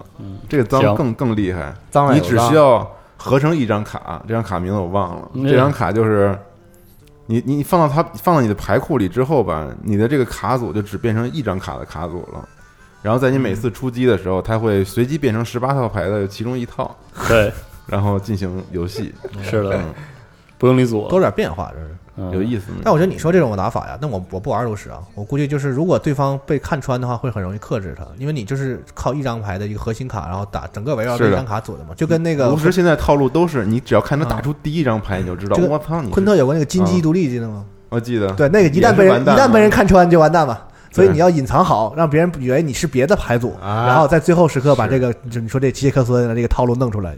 这个脏行更更厉害，脏了你有只脏需要合成一张卡，这张卡名字我忘了，嗯这张卡就是你你放到它放到你的牌库里之后吧，你的这个卡组就只变成一张卡的卡组了。然后在你每次出击的时候，它会随机变成十八套牌的其中一套，对，然后进行游戏，是的嗯，不用理组多有点变化，这是。嗯有意思吗？但我觉得你说这种打法呀，那我我不玩炉石啊，我估计就是如果对方被看穿的话，会很容易克制他，因为你就是靠一张牌的一个核心卡，然后打整个围绕是这的张卡组的嘛，就跟那个啊炉石现在套路都是，你只要看他打出第一张牌，你就知道这个我操，你昆特有个那个金鸡独立技能嘛，我记得对，那个一旦被也是人完一蛋旦被人看穿就完蛋嘛。所以对你要隐藏好，让别人以为你是别的牌组，啊然后在最后时刻把是这个就你说这奇切克斯的这个套路弄出来，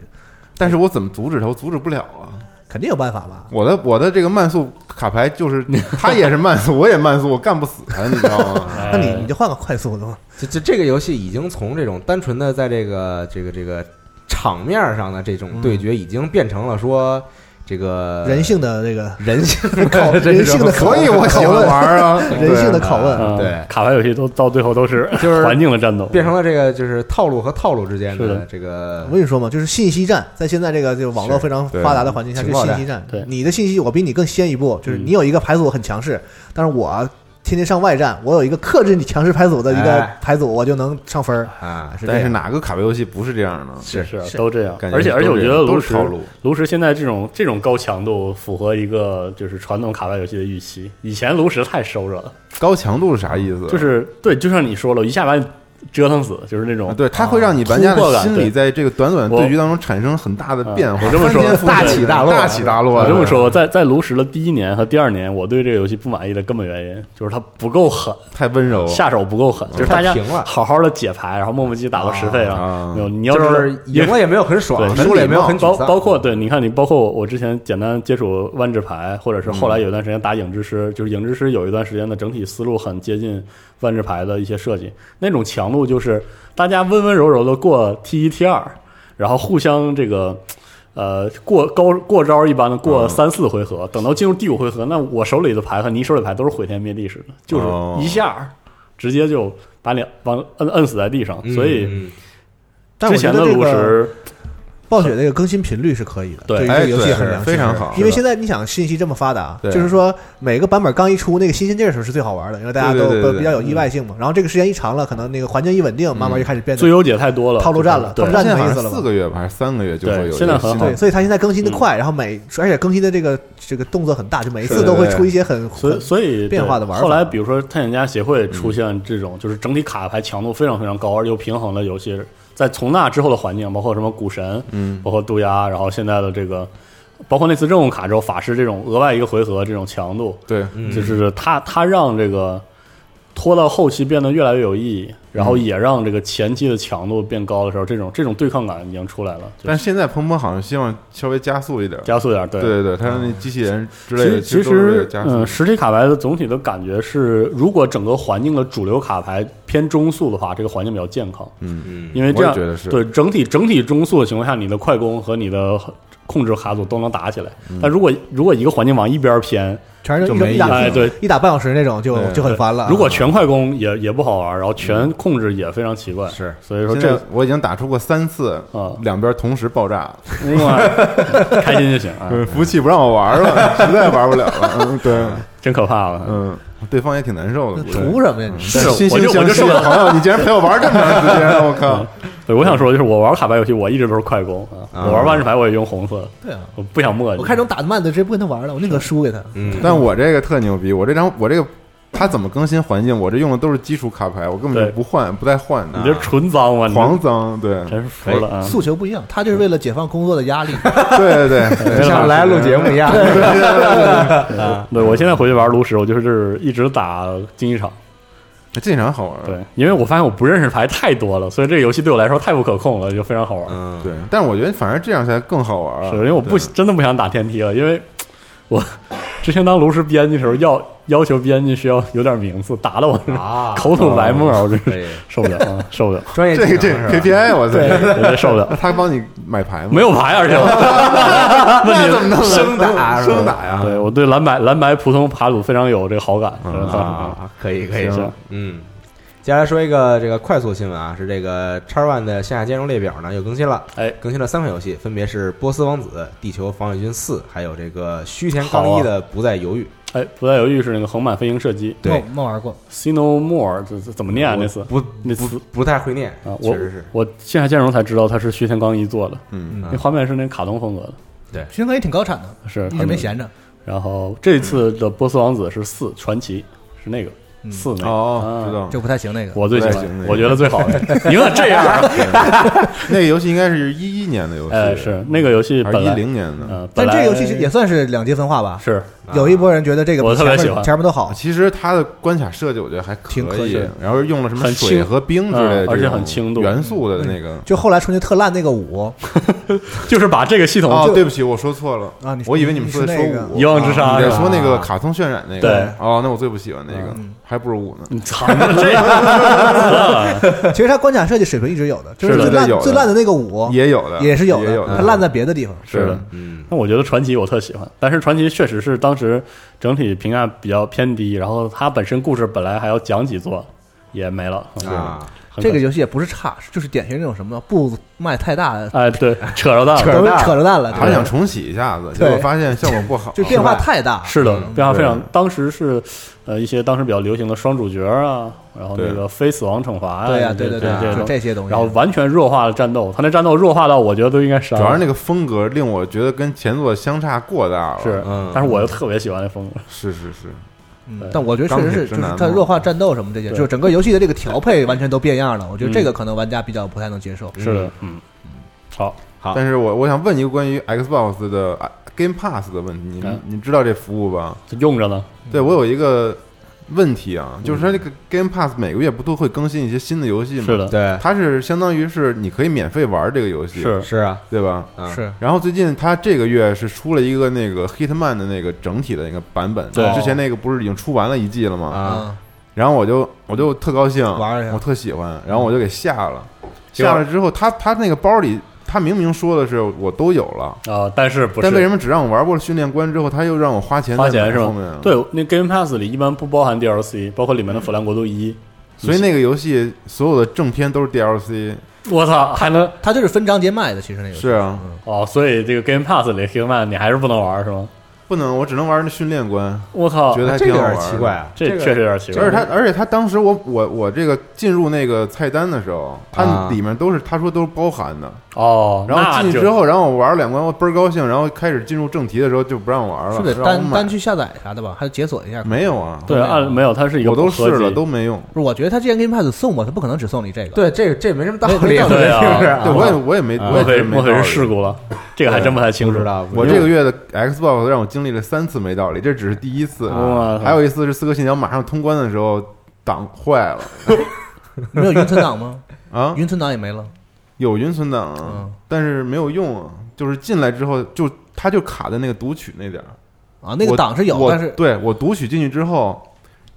但是我怎么阻止他？我阻止不了啊！肯定有办法吧？我的我的这个慢速卡牌 就是，他也是慢速，我也慢速，我干不死他，你知道吗？哎那你你就换个快速的嘛，这这这个游戏已经从这种单纯的在这个这个这个场面上的这种对决，已经变成了说这个嗯人性的这个人性拷这种 人性的拷 所以我喜欢玩啊， 人性的拷问，嗯对卡牌游戏都到最后都是就是环境的战斗，变成了这个就是套路和套路之间是的的这个我跟你说嘛，就是信息战，在现在这个就网络非常对发达的环境下，情就是报信息战。对你的信息我比你更先一步，就是嗯你有一个牌组很强势，但是我天天上外战，我有一个克制你强势牌组的一个哎牌组，我就能上分儿。啊，是这但是样。哪个卡牌游戏不是这样的？是是啊是都这样感，觉而且都而且我这觉样得都炉是石套路炉石现在这种这种高强度符合一个就是传统卡牌游戏的预期，以前炉石太收着了，高强度是啥意思？啊就是对，就像你说了，一下把你折腾死，就是那种、啊对，它会让你玩家突破的感心理对在这个短短我对局当中产生很大的啊变化。我这么说大翻天覆地起大落大起大落。我这么说，在在炉石的第一年和第二年，我对这个游戏不满意的根本原因就是它不够狠，太温柔了，下手不够哦狠，就是大太家平了好好的解牌，然后磨磨唧唧打到十费上，啊没有你要就是知道赢了也没有很爽，对输了也没有很沮啊包丧，包括对，你看你包括我我之前简单接触万智牌，或者是后来嗯有一段时间打影之师，就是影之师有一段时间的整体思路很接近万智牌的一些设计，那种强度就是大家温温柔柔的过 T 一 T 二，然后互相这个。呃，过高过招一般的过嗯三四回合，等到进入第五回合，那我手里的牌和你手里的牌都是毁天灭地似的，就是哦一下儿直接就把你往摁摁死在地上。嗯所以嗯但之我觉前得的这炉个石，暴雪这个更新频率是可以的，对对于这哎，个游戏对很良心非常好，因为现在你想信息这么发达，对就是说每个版本刚一出，那个新鲜劲儿时候是最好玩的，因为大家对都对对都对嗯比较有意外性嘛。然后这个时间一长了，可能那个环境一稳定，慢慢就开始变最得优解太多了，套路战了，对套路它战现在没好意思像了四吧？个月吧还是三个月就会有对一个现在很新的好对，所以它现在更嗯新的快，然后每而且更新的这个这个动作很大，就每一次都会出一些很所以很所以变化的玩法嗯后来比如说探险家协会出现这种，就是整体卡牌强度非常非常高，而又平衡的游戏，在从那之后的环境，包括什么股神，嗯，包括渡鸦，然后现在的这个，包括那次任务卡之后法师这种额外一个回合这种强度，对，嗯就是它它让这个拖到后期变得越来越有意义，然嗯后也让这个前期的强度变高的时候，这种这种对抗感已经出来了，就但现在鹏鹏好像希望稍微加速一点，加速一点，对对对对，他让那机器人之其类的实，其都是为了实，加嗯，速，实体卡牌的总体的感觉是，如果整个环境的主流卡牌偏中速的话，这个环境比较健康，嗯，因为这样我也觉得是对整体整体中速的情况下，你的快攻和你的控制卡组都能打起来。嗯但如果如果一个环境往一边偏，全是就一种没一打哎对一打半小时那种就对就很烦了。如果全快攻也也不好玩，然后全控制也非常奇怪，是所以说嗯现这在我已经打出过三次啊，两边同时爆炸，另外 开心就行啊，嗯服务器不让我玩 了，实在玩不了了，嗯，对，真可怕了。嗯，对方也挺难受的，估计啊图什么呀？你但是惺我就惺相我就惜说的朋友，你竟然陪我玩这么长时 间，我嗯靠！对，我想说就是我玩卡牌游戏，我一直都是快攻啊，我玩万智牌我也用红色，对啊，我不想墨迹。我看这种打得慢的，直接不跟他玩了，我宁可输给他。嗯，但我这个特牛逼，我这张我这个它怎么更新环境？我这用的都是基础卡牌，我根本就对不换，不带换的你，这纯脏啊！你这黄脏，对 嗯真是服了啊！诉求不一样，他就是为了解放工作的压力。对对 对，就像来录节哎目一样，啊对我现在回去玩炉石，我就是一直打竞技场。嗯这场好玩，对，因为我发现我不认识牌太多了，所以这个游戏对我来说太不可控了，就非常好玩。嗯，啊对，但是我觉得反而这样才更好玩，是因为我不对真的不想打天梯了，因为我之前当炉石编辑的时候，要要求编辑是要有点名次，打的我啊 口吐白沫，我真可是以受不了，啊，受不了，专业这个技这能个是吧 KPI 我操，我真受不了，他帮你买牌吗？没有牌，而 且我问题那怎么弄呢？生打是吧生打呀！对我对蓝白蓝白普通爬组非常有这个好感，真的啊，可以可以，行嗯。接下来说一个这个快速新闻啊，是这个 X One 的下兼容列表呢又更新了，哎更新了三款游戏，分别是《波斯王子》《地球防卫军四》，还有这个《虚田刚一的不再犹豫》哎，不再犹豫是那个横版飞行射击对没没玩过， c i n o More，这这怎么念啊？那次不那不次不太会念啊，确我实是我线下见时候才知道它是徐天刚一做的，嗯，啊那画面是那卡通风格的，徐天刚也挺高产的，是一直没闲。闲着。然后这次的波斯王子是四传奇，是那个四嗯那个哦，啊知道。这不太行那个。我最喜不太行那欢，个我觉得最好 的。你看这样啊，那个游戏应该是一一年的游戏，哎，是那个游戏还是本一来，零年的？呃，本但来这个游戏也算是两极分化吧。是啊有一波人觉得这个我比特前别面喜欢前面都好，其实它的关卡设计我觉得还可挺科以学，然后用了什么很轻水和冰之类的这嗯种而且很轻度元素的那个。就后来春节特烂那个五就是把这个系统哦，就对不起，我说错了啊你说我以为你们说的你说是那个五遗忘之啊沙你是在吧？说那个卡通渲染那个。对哦，那我最不喜欢那嗯个，还不如五呢。你操，你这 啊个其实它关卡设计水平一直有的，就是是的最有烂的最烂的那个五也有的，也是有也有它烂在别的地方。是的。嗯那我觉得传奇我特喜欢，但是传奇确实是当时整体评价比较偏低，然后它本身故事本来还要讲几座，也没了。嗯啊，很可这个游戏也不是差，就是典型那种什么步迈太大，哎，对，扯着蛋了，扯着都是蛋 扯着蛋了，他对想重启一下子，结对果发现效果不好，就变化是吧太大。是的，变化非常对。当时是呃一些当时比较流行的双主角啊，然后那对个非死亡惩罚呀，对呀，这这对对对，这就种这些东西。哎然后完全弱化了战斗，他那战斗弱化到我觉得都应该删主了。要是那个风格令我觉得跟前作相差过大了。是嗯，但是我又特别喜欢那风格。是是是，嗯但我觉得确实是，钢就铁直男是嘛它弱化战斗什么这些，对就是整个游戏的这个调配完全都变样了。我觉得这个嗯可能玩家比较不太能接受。是的，嗯，好，好但是我我想问一个关于 Xbox 的啊 Game Pass 的问题，你们嗯你知道这服务吧？这用着呢。对我有一个问题啊，嗯就是它这个 Game Pass 每个月不都会更新一些新的游戏吗？是，的，对，它是相当于是你可以免费玩这个游戏，是是啊，对吧？啊是然后最近它这个月是出了一个那个 Hitman 的那个整体的那个版本，对之前那个不是已经出完了一季了吗？啊，啊，然后我就我就特高兴，玩哎了一下我特喜欢，然后我就给下了，结果下了之后，他他那个包里，他明明说的是我都有了，啊，但是不是但为什么只让我玩过了训练关之后，他又让我花钱花再买钱是后面吗啊？，对，那 Game Pass 里一般不包含 DLC，包括里面的《腐烂国度一》。所以那个游戏所有的正片都是 DLC，我操，还能它就是分章节卖的，其实那个嗯是啊，哦，所以这个 Game Pass 里 Hitman 你还是不能玩是吗？不能，我只能玩那训练关，我靠觉，得还这挺个好有玩点的奇怪。啊，这确实有点奇怪。而且他，而且他当时我我我这个进入那个菜单的时候，它啊里面都是他说都是包含的，哦，然后那进去就之后，然后我玩了两关，我倍儿高兴，然后开始进入正题的时候就不让玩了，是得让我单买单去下载啥的吧，还解锁一下。没有啊，对，按没有，它是一个我都不合试了集都没用。不是，我觉得它既然 Game Pass 送我，它不可能只送你这个。，对，这这没什么道没理，没道理对 啊是不是？对，我也我也没，我啊莫也觉非得没莫非道是理事故了？这个还真不太清不楚知。道，我这个月的 Xbox 让我经历了三次没道理，这只是第一次，啊哇还有一次是《刺客信条》马上通关的时候档坏了没有云存 档吗？啊，云存档也没了。有云存档啊嗯，但是没有用啊，就是进来之后就它就卡在那个读取那点儿，啊，那个我档是有，我但是对我读取进去之后，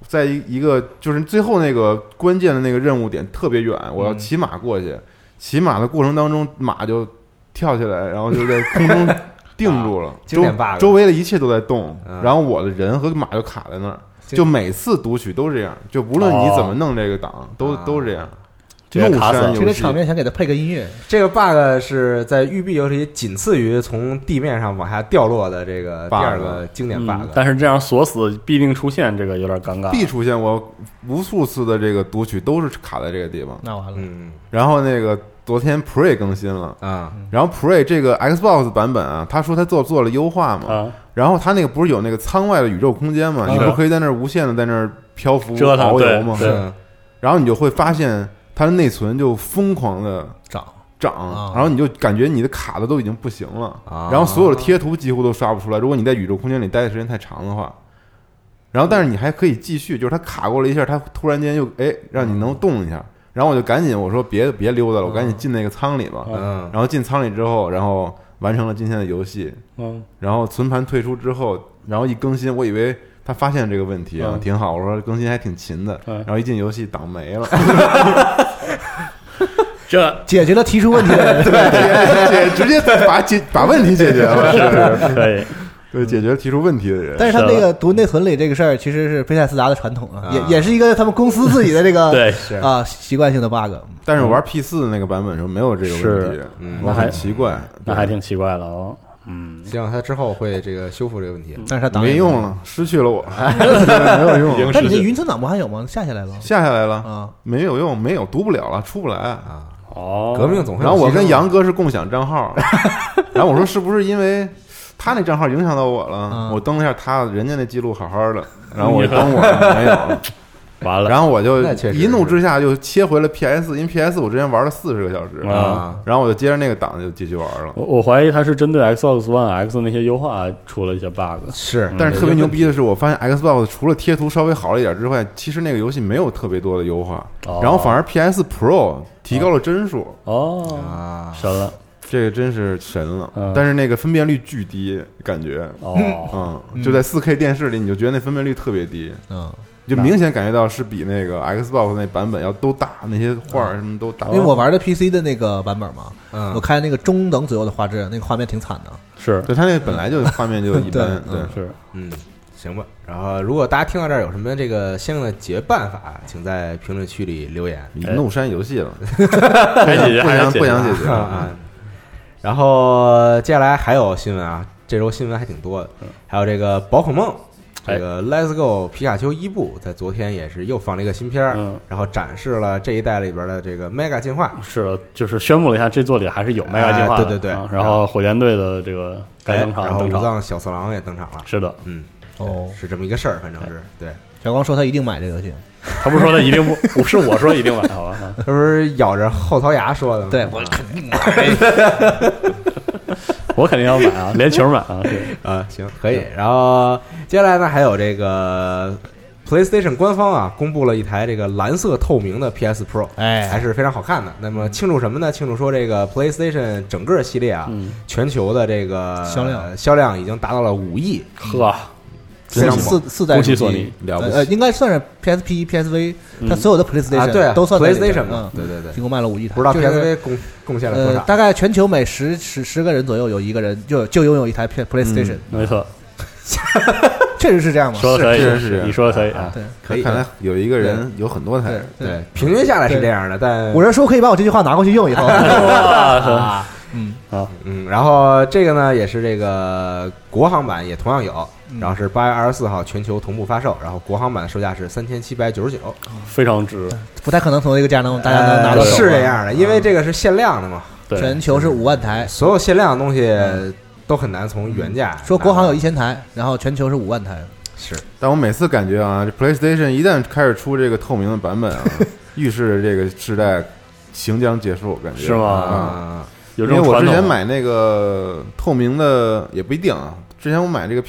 在一一个就是最后那个关键的那个任务点特别远，我要骑马过去。骑马的过程当中，马就跳起来，然后就在空中定住了，经周典 bug 周围的一切都在动，嗯然后我的人和马就卡在那儿。经就每次读取都这样，就无论你哦怎么弄这个档，都啊都这样。这个怒卡死山了这游个戏场面想给它配个音乐，这个 bug 是在育碧游戏里仅次于从地面上往下掉落的这个第二个经典 bug 嗯。但是这样锁死必定出现，这个有点尴尬。必出现我无数次的这个读取都是卡在这个地方。那完了。嗯然后那个昨天 Pre 更新了，啊，然后 Pre 这个 Xbox 版本啊，他说他做做了优化嘛，啊，然后他那个不是有那个舱外的宇宙空间嘛，嗯你不可以在那儿无限的在那儿漂浮折腾遨游嘛，对嗯然后你就会发现它的内存就疯狂的涨涨，啊然后你就感觉你的卡的都已经不行了，啊然后所有的贴图几乎都刷不出来，如果你在宇宙空间里待的时间太长的话。然后，但是你还可以继续，就是它卡过了一下，它突然间又哎让你能动一下，然后我就赶紧我说别别溜达了，我赶紧进那个舱里吧。嗯，然后进舱里之后，然后完成了今天的游戏，嗯，然后存盘退出之后，然后一更新，我以为他发现这个问题啊，嗯挺好，我说更新还挺勤的，嗯然后一进游戏档没了，这解决了提出问题 的人。 对，直接把解把问题解决了，是，可以，对，解决提出问题的人，但是他那个读内存里这个事儿，其实是贝塞斯达的传统啊，也也是一个他们公司自己的 这个对，啊习惯性的 bug。但是我玩 P 四那个版本的时候没有这个问题是，嗯那我还很奇怪，那还挺奇怪的哦。嗯，希望他之后会这个修复这个问题。但是他挡也没用了，失去了我， 没有 用了，但你那云存档不还有吗？下下来了下下来了，啊，没有用，没有读不了了，出不来。啊哦，啊革命总会嗯然有后牺牲的。我跟杨哥是共享账号，啊然后我说是不是因为他那账号影响到我了？嗯我登了一下他人家那记录好好的，然后我就登我的没有了，完了，然后我就那确实是一怒之下就切回了 PS，因为 PS 我之前玩了四十个小时，啊啊，然后我就接着那个档就继续玩了。我我怀疑他是针对 Xbox One X 那些优化出了一些 bug。是但是特别牛逼的是，我发现 Xbox 除了贴图稍微好了一点之外，其实那个游戏没有特别多的优化，哦然后反而 PS Pro 提高了帧数，哦，啊，神了这个真是神了。嗯但是那个分辨率巨低，感觉，哦，嗯，就在4 K 电视里，你就觉得那分辨率特别低，嗯，就明显感觉到是比那个 Xbox 那版本要都大，那些画儿什么都大。因为我玩的 PC 的那个版本嘛，嗯我开那个中等左右的画质，那个画面挺惨的。是对它那本来就画面就一般，对，是，嗯，行吧。然后，如果大家听到这儿有什么这个相应的解决办法，请在评论区里留言你怒删游戏了，还解决不还想解不想决，解决啊了。啊。然后接下来还有新闻啊，这周新闻还挺多的，嗯还有这个宝可梦。哎这个 Let's Go 皮卡丘伊布在昨天也是又放了一个新片儿，嗯哦然后展示了这一代里边的这个 Mega 进化，是的，就是宣布了一下，这座里还是有麦芽计划的，哎对对对啊然后火箭队的这个该哎登然场后登武场，藏小次郎也登场了，是哎的，嗯，哦，是这么一个事儿，反正是对，小光说他一定买这个游戏，他不是说他一定不，不是我说一定买，好吧？啊他不是咬着后槽牙说的啊吗？对我肯定买。我肯定要买啊，连球买啊，对，啊，行，可以。然后接下来呢，还有这个 PlayStation 官方啊，公布了一台这个蓝色透明的 PS Pro，哎嗯还是非常好看的。那么庆祝什么呢？庆祝说这个 PlayStation 整个系列啊，全球的这个嗯销量销量已经达到了五亿，呵，非常四猛。四四代恭喜索主机尼了不起呃，呃应该算是 PSP、PSV，它所有的 PlayStation 啊对啊都算在里边 PlayStation 嘛嗯对对对一共卖了五亿台，不知道就是 PSV 贡贡献了多呃，少？大概全球每十十十个人左右有一个人就就拥有一台 P- PlayStation，嗯没错，确实是这样吗？说的可以，是是是你说的可以啊，对，可以看来有一个人有很多台对，对，平均下来是这样的，但我这说可以把我这句话拿过去用以 后。哇，嗯，然后这个呢也是这个国行版也同样有，嗯然后是八月二十四号全球同步发售，然后国行版的售价是三千七百九十九，非常值，不太可能从这个价能大家能拿啊到哎手、呃嗯是这，样的，因为这个是限量的嘛，对，全球是五万台，所有限量的东西都很难从原价拿到。嗯说国行有一千台，然后全球是五万台，是但我每次感觉啊，这 PlayStation 一旦开始出这个透明的版本啊，预示着这个时代行将结束，感觉是吗啊、啊，有因这为种我传之前统，啊买那个透明的也不一定啊，之前我买这个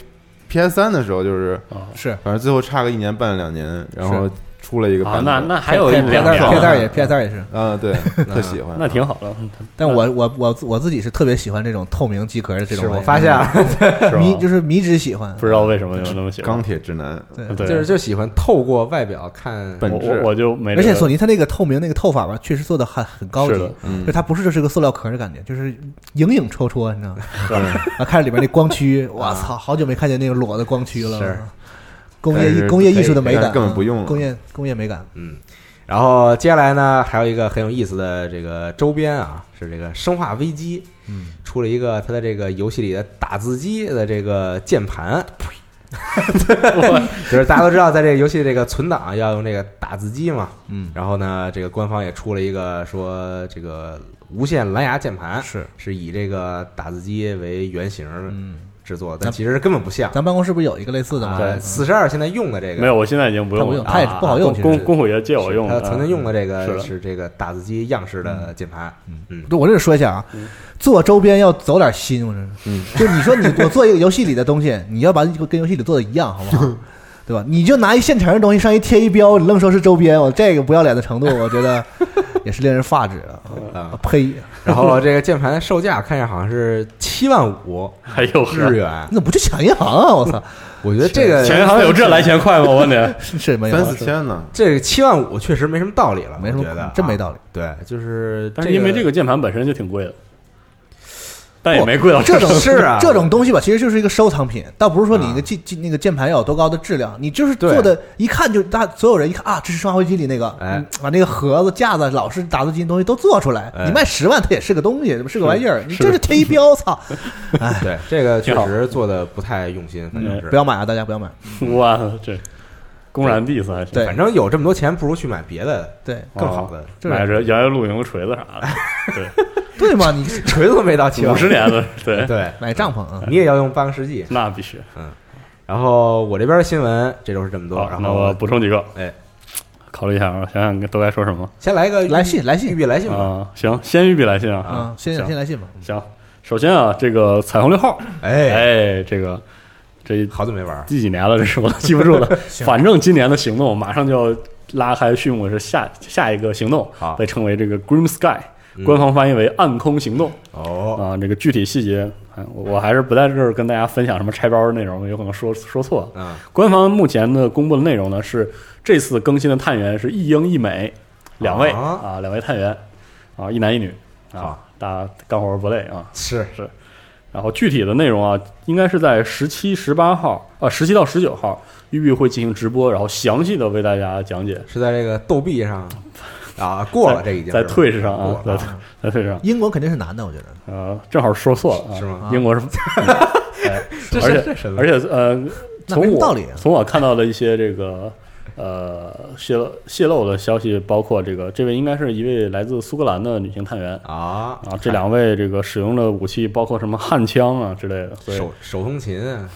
PS 三的时候，就是啊是反正最后差个一年半两年，然后出了一个啊版，本。那那还哦有一 PS 两二条 PS 二也 PS 二也是，啊， 对，特喜欢，那挺好的，但我我我我自己是特别喜欢这种透明机壳的这种是玩意儿，我发现了，是吧迷就是迷之喜欢，不知道为什么有那么喜欢钢，铁直 男， 对对，就是就喜欢透过外表看。本我质我我就没这而个，且索尼它那个透明那个透法吧，确实做的很很高级是的，嗯就它不是就是个塑料壳的感觉，就是影影绰绰，你知道吗？嗯 啊，看着里边那光驱，我操，好久没看见那个裸的光驱了。是工但业是工业艺术的美但感是根本不用啊了工业工业美感。然后接下来呢，还有一个很有意思的这个周边啊，是这个《生化危机》，嗯，出了一个它的这个游戏里的打字机的这个键 盘，就是大家都知道，在这个游戏这个存档要用这个打字机嘛，嗯，然后呢，这个官方也出了一个说这个无线蓝牙键盘是是以这个打字机为原型嗯，制作，但其实根本不像。咱办公室不是有一个类似的吗？啊，四十二现在用的这个没有，我现在已经不用它不了用，它也啊不好用其实公是公虎爷借我用他的，啊曾经用的这个是是的这个打字机样式的键盘，嗯，对，我这说一下啊，做周边要走点心，我这是。 就你说你我做一个游戏里的东西，你要把跟游戏里做的一样，好不好？对吧？你就拿一现成的东西上一贴一标，你愣说是周边，我这个不要脸的程度，我觉得也是令人发指啊！ 啊呸！然后这个键盘售价看着好像是七万五还有啊日元你，怎么不去抢银行啊？我操，我觉得这个前银行有这来钱快吗？我问你，是是没有三啊四，千呢， 这个七万五确实没什么道理了，没什么我觉得啊真没道理。对，就是但是因为这个个键盘本身就挺贵的， 但也没贵到这种是啊这种东西吧，其实就是一个收藏品，倒不是说你那个键键那个键盘要有多高的质量，你就是对做的，一看就大所有人一看啊，这是生化危机里那个，哎嗯把那个盒子、架子、老式打字机的东西都做出来哎，你卖十万它也是个东西，是个玩意儿，你就是贴一标，操！哎对，这个确挺好实做的不太用心，反正嗯是不。要买啊，大家不要买，哇，这公然 diss 还是对反正有这么多钱，不如去买别的对哦更好的。这买是着摇摇露营锤子啥的，对，对嘛，你锤子都没到期吧五十嗯年了，对，对，买帐篷啊，你也要用半个世纪。那必须。然后我这边的新闻，这就是这么多。好，然那我后补充几个，哎，考虑一下啊，想想都该说什么 先来一个来信来信预备来信吧。啊？行，先预备来信啊。啊，先行先来信吧，行，首先啊，这个彩虹六号，哎，哎，这个这好久没玩儿，第几年了？这是我都记不住了。 反正今年的行动马上就要拉开序幕，是下下一个行动好，被称为这个 Grim Sky，嗯官方翻译为暗空行动哦，啊。这个具体细节，哎我我还是不在这儿跟大家分享什么拆包的内容，有可能说说错了。嗯，官方目前的公布的内容呢是这次更新的探员是一英一美两位啊啊两位探员啊，一男一女啊好，大家干活不累啊。是然后具体的内容啊，应该是在十七、十八号，呃，十七到十九号，玉玉会进行直播，然后详细的为大家讲解。是在这个逗币 上啊过了，这已经在是退市上啊，过在了在退市上，英国肯定是男的，我觉得呃，正好说错了啊，是吗英国是，哎这而这什且么而且呃，那没从我道理啊从我看到的一些这个呃泄露泄露的消息，包括这个这位应该是一位来自苏格兰的女性探员啊啊，这两位这个使用的武器包括什么焊枪啊之类的，所以手手风琴啊，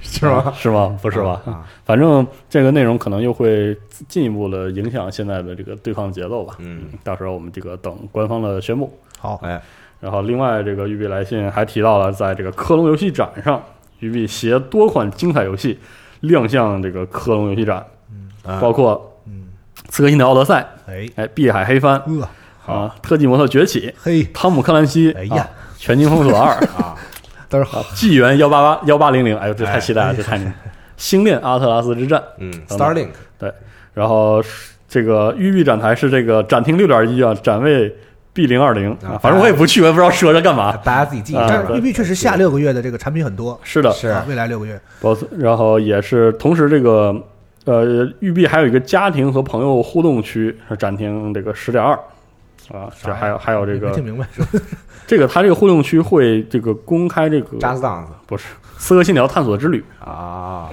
是吗？ 是吗？ 不是吧？啊反正这个内容可能又会进一步的影响现在的这个对抗节奏吧。嗯， 到时候我们这个等官方的宣布。好哎，然后，另外这个育碧来信还提到了，在这个科隆游戏展上，育碧携多款精彩游戏亮相这个科隆游戏展，嗯啊包括《刺客信条：奥德赛》、哎，哎，《碧海黑帆》呃，啊，《特技模特崛起》、嘿《汤姆克兰西》、哎呀啊《全境封锁二》 啊，都是好《纪元幺八八幺八零零》，哎呦，这太期待哎了，哎这太牛了！星链阿特拉斯之战》嗯等等，Starlink 对，然后是这个育碧展台是这个展厅六点一啊，展位 B 零二零啊啊，反正我也不去，我也不知道说这干嘛。大家自己记一啊下但吧是。育碧确实下六个月的这个产品很多， 是的，是啊未来六个月，包括然后也是同时这个呃，育碧还有一个家庭和朋友互动区展厅这个十点二。啊，这还有还有这没听个明白，这个，它这个互动区会这个公开这个 Just Dance 不是《刺客信条：探索之旅啊，》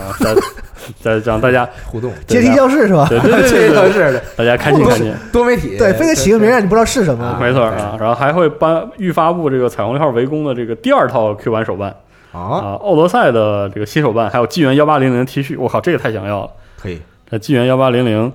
啊，再再让大 家互动，阶梯教室是吧？对对对这对个 对，是的，大家开心开心。多媒体，对，非得起个名儿让你不知道是什么啊。没错儿对啊，然后还会颁预发布这个彩虹六号围攻的这个第二套 Q 版手办啊，啊，奥德赛的这个新手办，还有纪元幺八零零 T 恤，我靠，这个太想要了！可以，这纪元幺八零零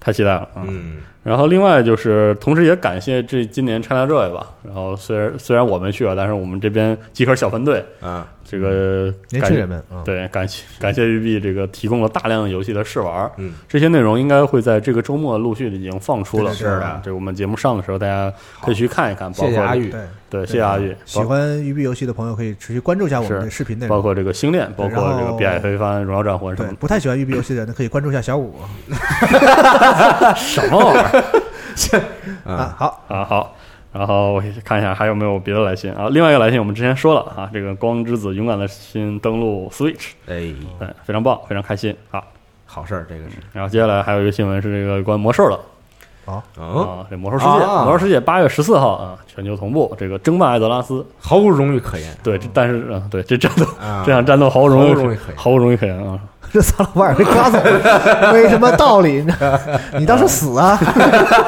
太期待了啊！嗯，然后另外就是，同时也感谢这今年 China Joy 吧。然后虽然虽然我没去啊，但是我们这边集合小分队，啊，这个年感轻谢人们啊，对感谢感谢育碧这个提供了大量的游戏的试玩儿，嗯，这些内容应该会在这个周末陆续的已经放出了。是的啊这我们节目上的时候，大家可以去看一看。嗯包谢括谢阿玉，对，啊对，谢谢阿玉。喜包欢育碧游戏的朋友可以持续关注一下我们的是视频内包容。括这个星链，包括这然个后碧海飞帆、荣耀战魂什对么，的不太喜欢育碧游戏的人呢，可以关注一下小五 什么玩意儿嗯啊。好，啊？好，然后我看一下还有没有别的来信啊。另外一个来信我们之前说了啊，这个《光之子》勇敢的心登陆 Switch，哎，对，非常棒，非常开心啊。好事儿，这个是，然后接下来还有一个新闻是这个有关魔兽的，嗯，啊，这《魔兽世界》啊魔兽世界》八月十四号啊，全球同步，这个争霸艾泽拉斯。毫无荣誉可言对，这但是啊，对这战斗，嗯啊， 这场战斗毫毫无容无易荣誉可言毫无容易可言啊！这撒老板被刮走了，没什么道理。你知你倒是死啊！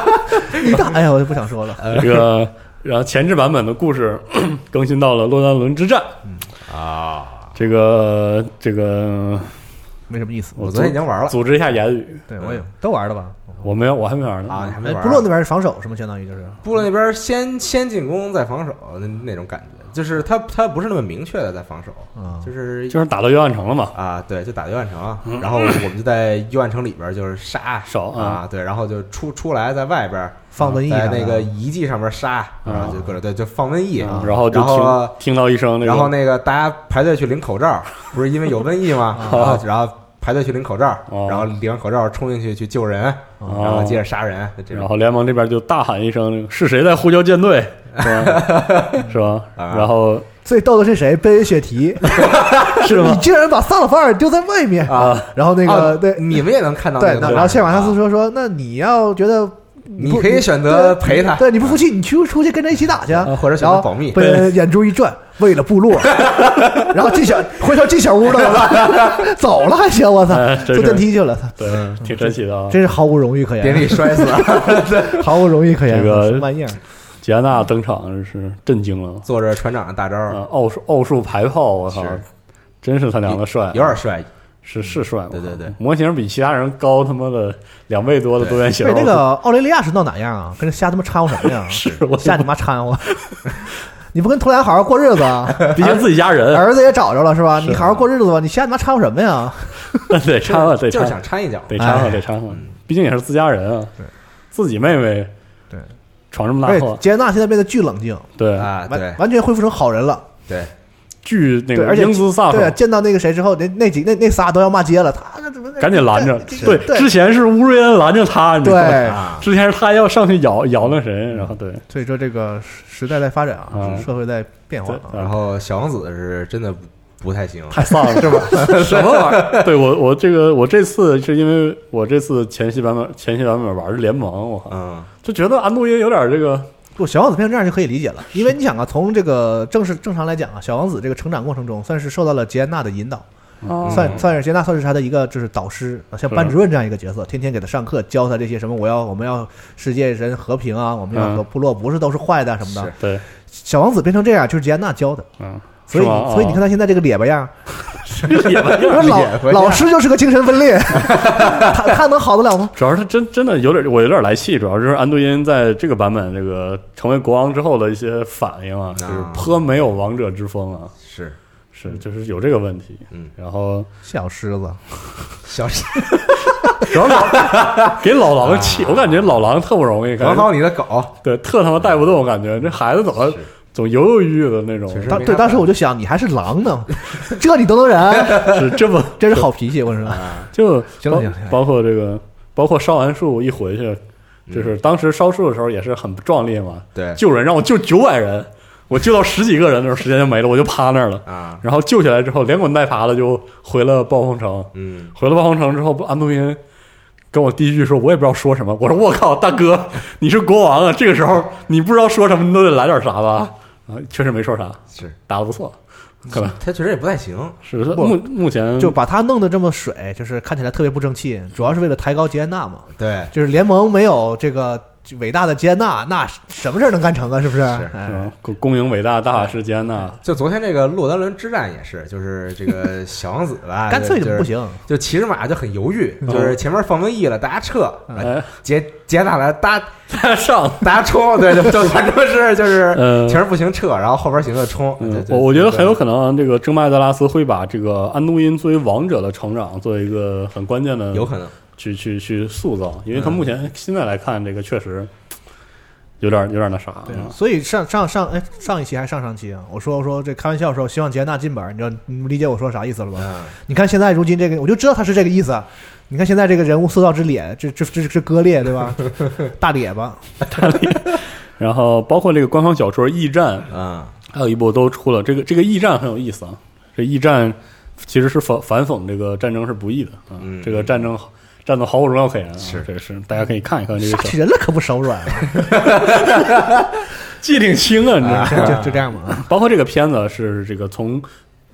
你倒，哎呀，我就不想说了。呃这个，然后前置版本的故事 更新到了洛丹伦之战，啊，这个这个，没什么意思。我昨天已经玩了组织一下言语，对我也都玩了吧？我没有，我还没玩呢啊，你还没哎玩啊？部落那边是防守，什么相当于就是部落那边先先进攻再防守那那种感觉，就是他他不是那么明确的在防守，啊，就是就是打到幽暗城了嘛，啊，对，就打幽暗城啊，然后我们就在幽暗城里边就是杀手啊啊，对，然后就出出来在外边放瘟疫啥在的那个遗迹上面杀，然后就各种对，就放瘟疫，啊嗯然后就然后听听到一声那然后个那个大家排队去领口罩，不是因为有瘟疫吗？然后然后排队去领口罩，哦然后领完口罩冲进去去救人，哦然后接着杀人，这然种后联盟这边就大喊一声：“是谁在呼叫 舰队？”是吧？是吧？啊然后最逗的是谁？贝恩雪提，是 你吗？竟然把萨勒法尔丢在外面！啊，然后那个啊对你们也能看到那对，个那段然后切马啊纳斯说说，那你要觉得你不可以选择陪他对，对你不服气，你去出去跟着一起打去，啊或者选择然后保密被人眼珠一转，为了 部落，然后进小回头进小屋了， 走了还行，我操哎，真坐是电梯去了，操对，挺神奇的啊！真是毫无荣誉可典言，礼摔死了， 毫无荣誉可言，这个什么玩意儿？吉安娜登场真是震惊了做着船长的大招，嗯啊！奥数奥数排炮，我操是！真是他娘的帅，有点帅，是是帅，我对对靠对模型比其他人高他妈的两倍多的多圆形对，，那个奥雷利亚是闹哪样啊？跟着瞎他妈掺和什么 呀？是我 瞎你妈掺和！ 你不跟图兰好好过日子啊？ 毕竟自己家 人，儿子也找着了是吧？你好好过日子吧，你瞎你妈掺和什么呀？ 得掺和，得就是掺和想，掺一脚，得掺和，哎得掺和，毕竟也是自家人啊，自己妹妹，对，哎闯这么而大且祸，杰安娜现在变得巨冷静，对，啊，对完完全恢复成好人了。对，巨那对，个而且英姿飒对啊，爽，见到那个谁之后，那那几那那仨都要骂街了，他这怎么 赶紧拦着。对对，之前是乌瑞恩拦着他，你知道吗？对，啊，之前是他要上去咬咬那谁，然后对所以说这个时代在发展啊，嗯社会在变化对，啊。然后小王子是真的不不太行，太丧了，是吧？什么玩意儿？ 对我我这个我这次是因为我这次前期版本前期版本玩的联盟，我靠，嗯，就觉得安东耶有点这个 不，小王子变成这样就可以理解了，因为你想啊，从这个正式正常来讲啊，小王子这个成长过程中，算是受到了吉安娜的引导，嗯算算是吉安娜算是他的一个就是导师，啊像班主任这样一个角色，天天给他上课，教他这些什么我要我们要世界人和平啊，我们要嗯和部落不是都是坏的啊什么的是。对，小王子变成这样就是吉安娜教的，嗯，所以是吗所以你看他现在这个咧巴样，他也没有说脸老回家老师就是个精神分 裂，他他能好得了吗？ 主要是他真真的有点，我有点来气。主要就是安杜因在这个版本这个成为国王之后的一些反应啊，就是啊颇没有王者之风啊，是是就是有这个问题。嗯，然后小狮子， 小主要老给老狼气，我感觉老狼特不容易，感管觉好你的狗，对特他妈带不动，我感觉这孩子怎么是总犹犹豫豫的那种，确实当对当时我就想，你还是狼呢， 这你都能忍，是这么真是好脾气，我跟你说。就行包了行了行了包括这个，包括烧完树一回去，嗯就是当时烧树的时候也是很壮烈嘛，对救人让我救九百人，我救到十几个人的时候时间就没了，我就趴那儿了。啊，然后救起来之后，连滚带爬的就回了暴风城。嗯，回了暴风城之后，安东因跟我第一句说，我也不知道说什么。我说我靠，大哥，你是国王啊，这个时候你不知道说什么，你都得来点啥吧？啊，确实没说啥，是打的不错，可能他确实也不太行，是目目前就把他弄得这么水，就是看起来特别不争气，主要是为了抬高吉安娜嘛。对，就是联盟没有这个伟大的吉安娜，那什么事儿能干成啊？是不是？哎嗯，恭恭迎伟大大法师吉安娜，就昨天这个洛丹伦之战也是，就是这 个小王子吧，干脆就就是不，行。嗯就骑着马就很犹豫，就是前面放瘟疫了，大家撤，哎，结结打来，大家 上，大家冲，对， 就就反正是就是呃前面不行撤，然后后边行就冲，对嗯对我我觉得对很有可能这个争麦德拉斯会把这个安东因作为王者的成长作为一个很关键的有可能，嗯去去去塑造，因为他目前现在来看，这个确实有点有点那啥啊，所以上上上哎上一期还是上上期啊，我说我说这开玩笑的时候希望吉安娜进本，你知道你们理解我说啥意思了吧？嗯，你看现在如今这个，我就知道他是这个意思啊。你看现在这个人物塑造之脸，这这这这割裂 对吧？大咧巴，然后包括这个官方小说《驿站》，啊，还有一部都出了。这个这个《驿站》很有意思啊，这《驿站》其实是反反讽这个战争是不易的啊，嗯这个战争战斗毫无荣耀可言啊，是这个是大家可以看一看这杀个小起人了可不手软啊！记挺清啊，你知道吗？ 就就这样吧啊。包括这个片子是这个从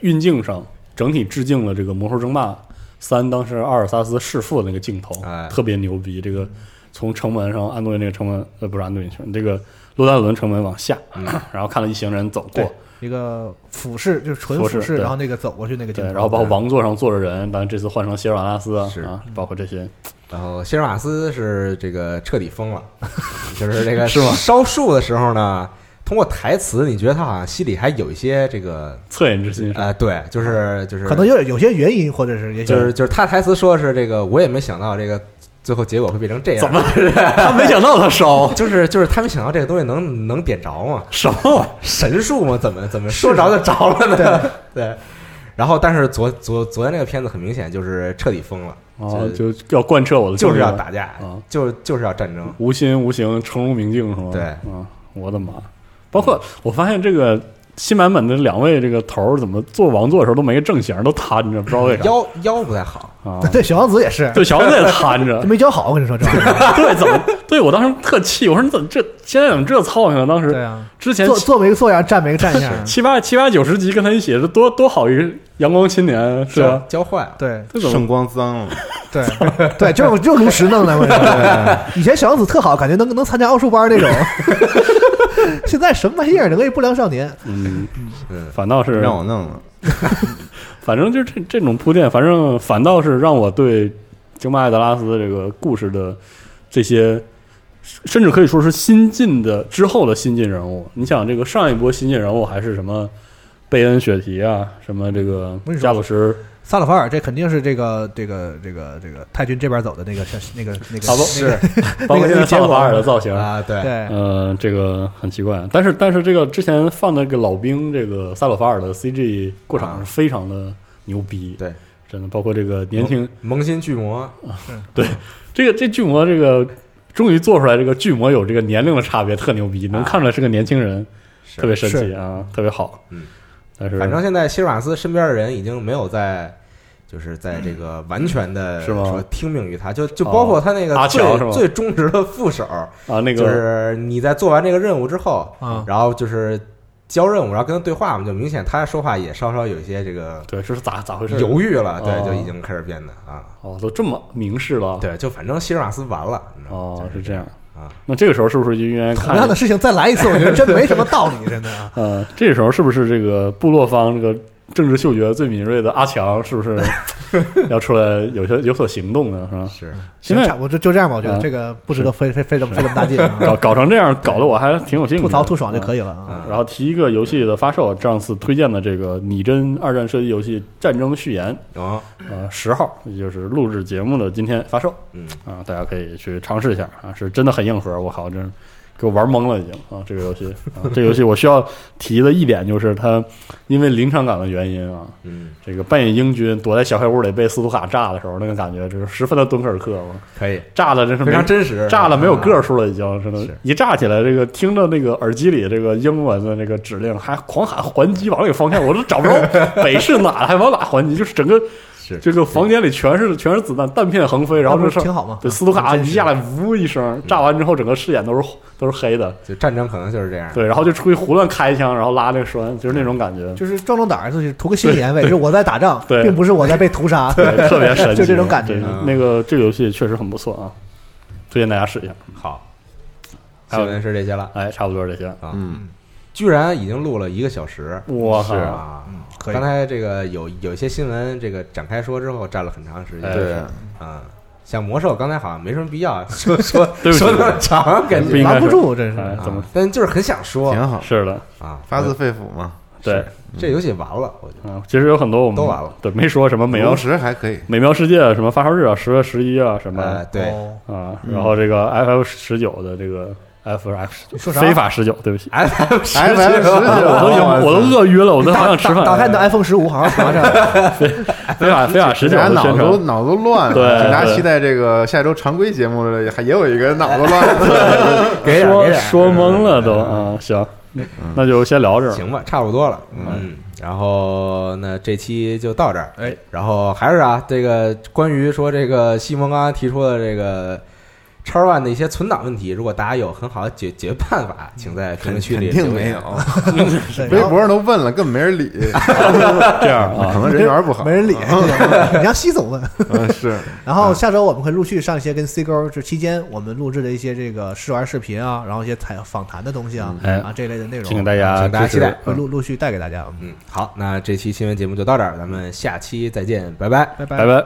运镜上整体致敬了这个《魔兽争霸三》当时阿尔萨斯弑父的那个镜头，哎特别牛逼。这个从城门上安东尼那个城门，呃，不是安东尼城，这个洛丹伦城门往下，嗯然后看到一行人走过对，一个俯视就是纯俯俯视视，对然后那个走过去那个镜对，头，然后包括王座上坐着人，当然这次换成希尔瓦拉斯啊嗯是啊，包括这些，然后希尔瓦斯是这个彻底疯了， 就是这个 是吗烧树的时候呢，通过台词，你觉得他好像心里还有一些这个恻隐之心是吧呃，对，就是就是可能有有些原因，或者是也许就是就是他台词说是这个，我也没想到这个最后结果会变成这样，怎么？他没想到他烧就是就是他没想到这个东西能能点着嘛，什么玩意儿？ 神术嘛，怎么怎么说着就着了呢？对。然后，但是昨昨昨天那个片子很明显就是彻底疯了，哦，就要贯彻我的嗯就是宗要旨打架啊，就就是要战争。无心无形冲入明镜是吗？对啊，我的妈！包括我发现这个新版本的两位这个头儿怎么做王座的时候都没个正形，都摊着，不知道为啥腰腰不太好，啊。 对，小王子也是，对，小王子也摊着 就，没教好，我跟你说，这玩意儿对，怎么？对我当时特气，我说你怎么这现在怎么这操性啊？当时啊，之前坐坐没个坐样，站没个站样，七八七八九十集跟他一起是多多好一个阳光青年是啊吧？交换了。对这怎么圣光脏了，对对，就是就是炉石弄的，我跟你说，以前小王子特好，感觉能能参加奥数班那种， 现在什么玩意儿，能一不良少年，嗯嗯，反倒是让我弄了。反正就是这这种铺垫，反正反倒是让我对《京巴艾德拉斯》这个故事的这些，甚至可以说是新进的之后的新进人物。你想，这个上一波新进人物还是什么贝恩、雪提啊，什么这个不是说加鲁什，萨勒法尔这肯定是这个这个这个这个太君这边走的那个那个那个差不多那个包括现在萨勒法尔的造型。啊，对，对呃，这个很奇怪，但是但是这个之前放的这个老兵，这个萨鲁法尔的 CG 过场是非常的牛逼，对，真的，包括这个年轻萌新巨魔，这个这巨魔这个终于做出来，这个巨魔有这个年龄的差别，特牛逼，能看出来是个年轻人，是特别神奇啊是啊，特别好。嗯，但是反正现在希尔瓦斯身边的人已经没有在，就是在这个完全的是吗说听命于他，就就包括他那个哦阿最、乔是吗最忠实的副手，啊，那就个是你在做完这个任务之后，啊，然后就是交任务，然后跟他对话嘛，就明显他说话也稍稍有一些这个对，这是咋咋回事？犹豫了，对，哦就已经开始变得啊，哦，都这么明示了，对，就反正希尔瓦斯完了，你知道吗哦，就是这样啊。那这个时候是不是就应该同样看的？事情再来一次，我觉得真没什么道理，真的啊。呃，这个时候是不是这个部落方这个政治嗅觉最敏锐的阿强，是不 是要出来有些有所行动呢？是吧？是现行在差不多就就这样吧，我觉得啊这个不值得费费费这么费这么大劲啊，搞搞成这样，搞得我还挺有兴趣的，吐槽吐爽就啊可以了啊。嗯然后提一个游戏的发售，这次推荐的这个拟真二战射击游戏《战争序言》，哦，呃，十号，也就是录制节目的今天发售嗯，啊、大家可以去尝试一下啊，是真的很硬核，我靠，真是给我玩懵了已经啊，这个游戏啊，这个游戏我需要提的一点就是它因为临场感的原因啊，嗯，这个扮演英军躲在小黑屋里被斯图卡炸的时候，那个感觉就是十分的敦刻尔克，我可以，炸的真是非没常真实，炸了没有个啊，数了，已经真的是，一炸起来，这个听着那个耳机里这个英文的那个指令，还狂喊还击往那个方向，我都找不着北是哪，还往哪还击，就是整个是这个房间里全是全是子弹，弹片横飞，然后那这不是 上挺好吗？对斯图卡真一是下来，呜一声，炸完之后整个视野都是都是黑的，就战争可能就是这样，对，然后就出去胡乱开一枪，然后拉那个栓，就是那种感觉，就是壮壮胆儿，就是图个心理安慰，就是我在打仗，对并不是我在被屠杀，对，特别神奇，就这种感觉对嗯那个这个游戏确实很不错啊，推荐大家试一下。好，还新有闻是这些了，哎，差不多这些。啊嗯，居然已经录了一个小时我是靠！啊！可以刚才这个有有一些新闻，这个展开说之后占了很长时间。哎对，啊，像魔兽刚才好像没什么必 要说说对不起说那么长，感不觉应该拦是不住，真哎是。怎么啊但就是很想说挺好，是的？啊，发自肺腑嘛。对，这游戏完了，我觉得啊，其实有很多我们都完了，对，没说什么美美容妙石还 可以，美妙世界啊什么发售日啊，十月十一啊什么呃，对哦啊，嗯然后这个 FF 十九的这个 FF 你19说啥非法十九，对不起， ，F F 十 F 啊 F 我都已经我都饿晕了，我都好想吃打饭。打开你的 iPhone 十五，好好查查。非法非法十九大家的脑宣子都 传，脑子都乱了。对对大家期待这个下一周常规节目里还也有一个脑子乱的。给点给说点，说懵了都啊，行，那就先聊这儿。行吧，差不多了，嗯，然后那这期就到这儿，哎，然后还是啊，这个关于说这个西蒙刚刚提出的这个。叉 One 的一些存档问题，如果大家有很好的解决办法，请在评论区里嗯肯定留言没有， 对微然后博上都问了，根本没人理， 这样可啊，能人缘不好没。人理，你让西总问。嗯，是啊然后下周我们会陆续上一些跟 C 勾这期间我们录制的一些这个试玩视频啊，然后一些采访谈的东西啊，嗯啊这类的内容，请大家请大家支持期待会陆陆续带给大家。嗯嗯，好，那这期新闻节目就到这儿，咱们下期再见，拜拜。拜拜拜拜。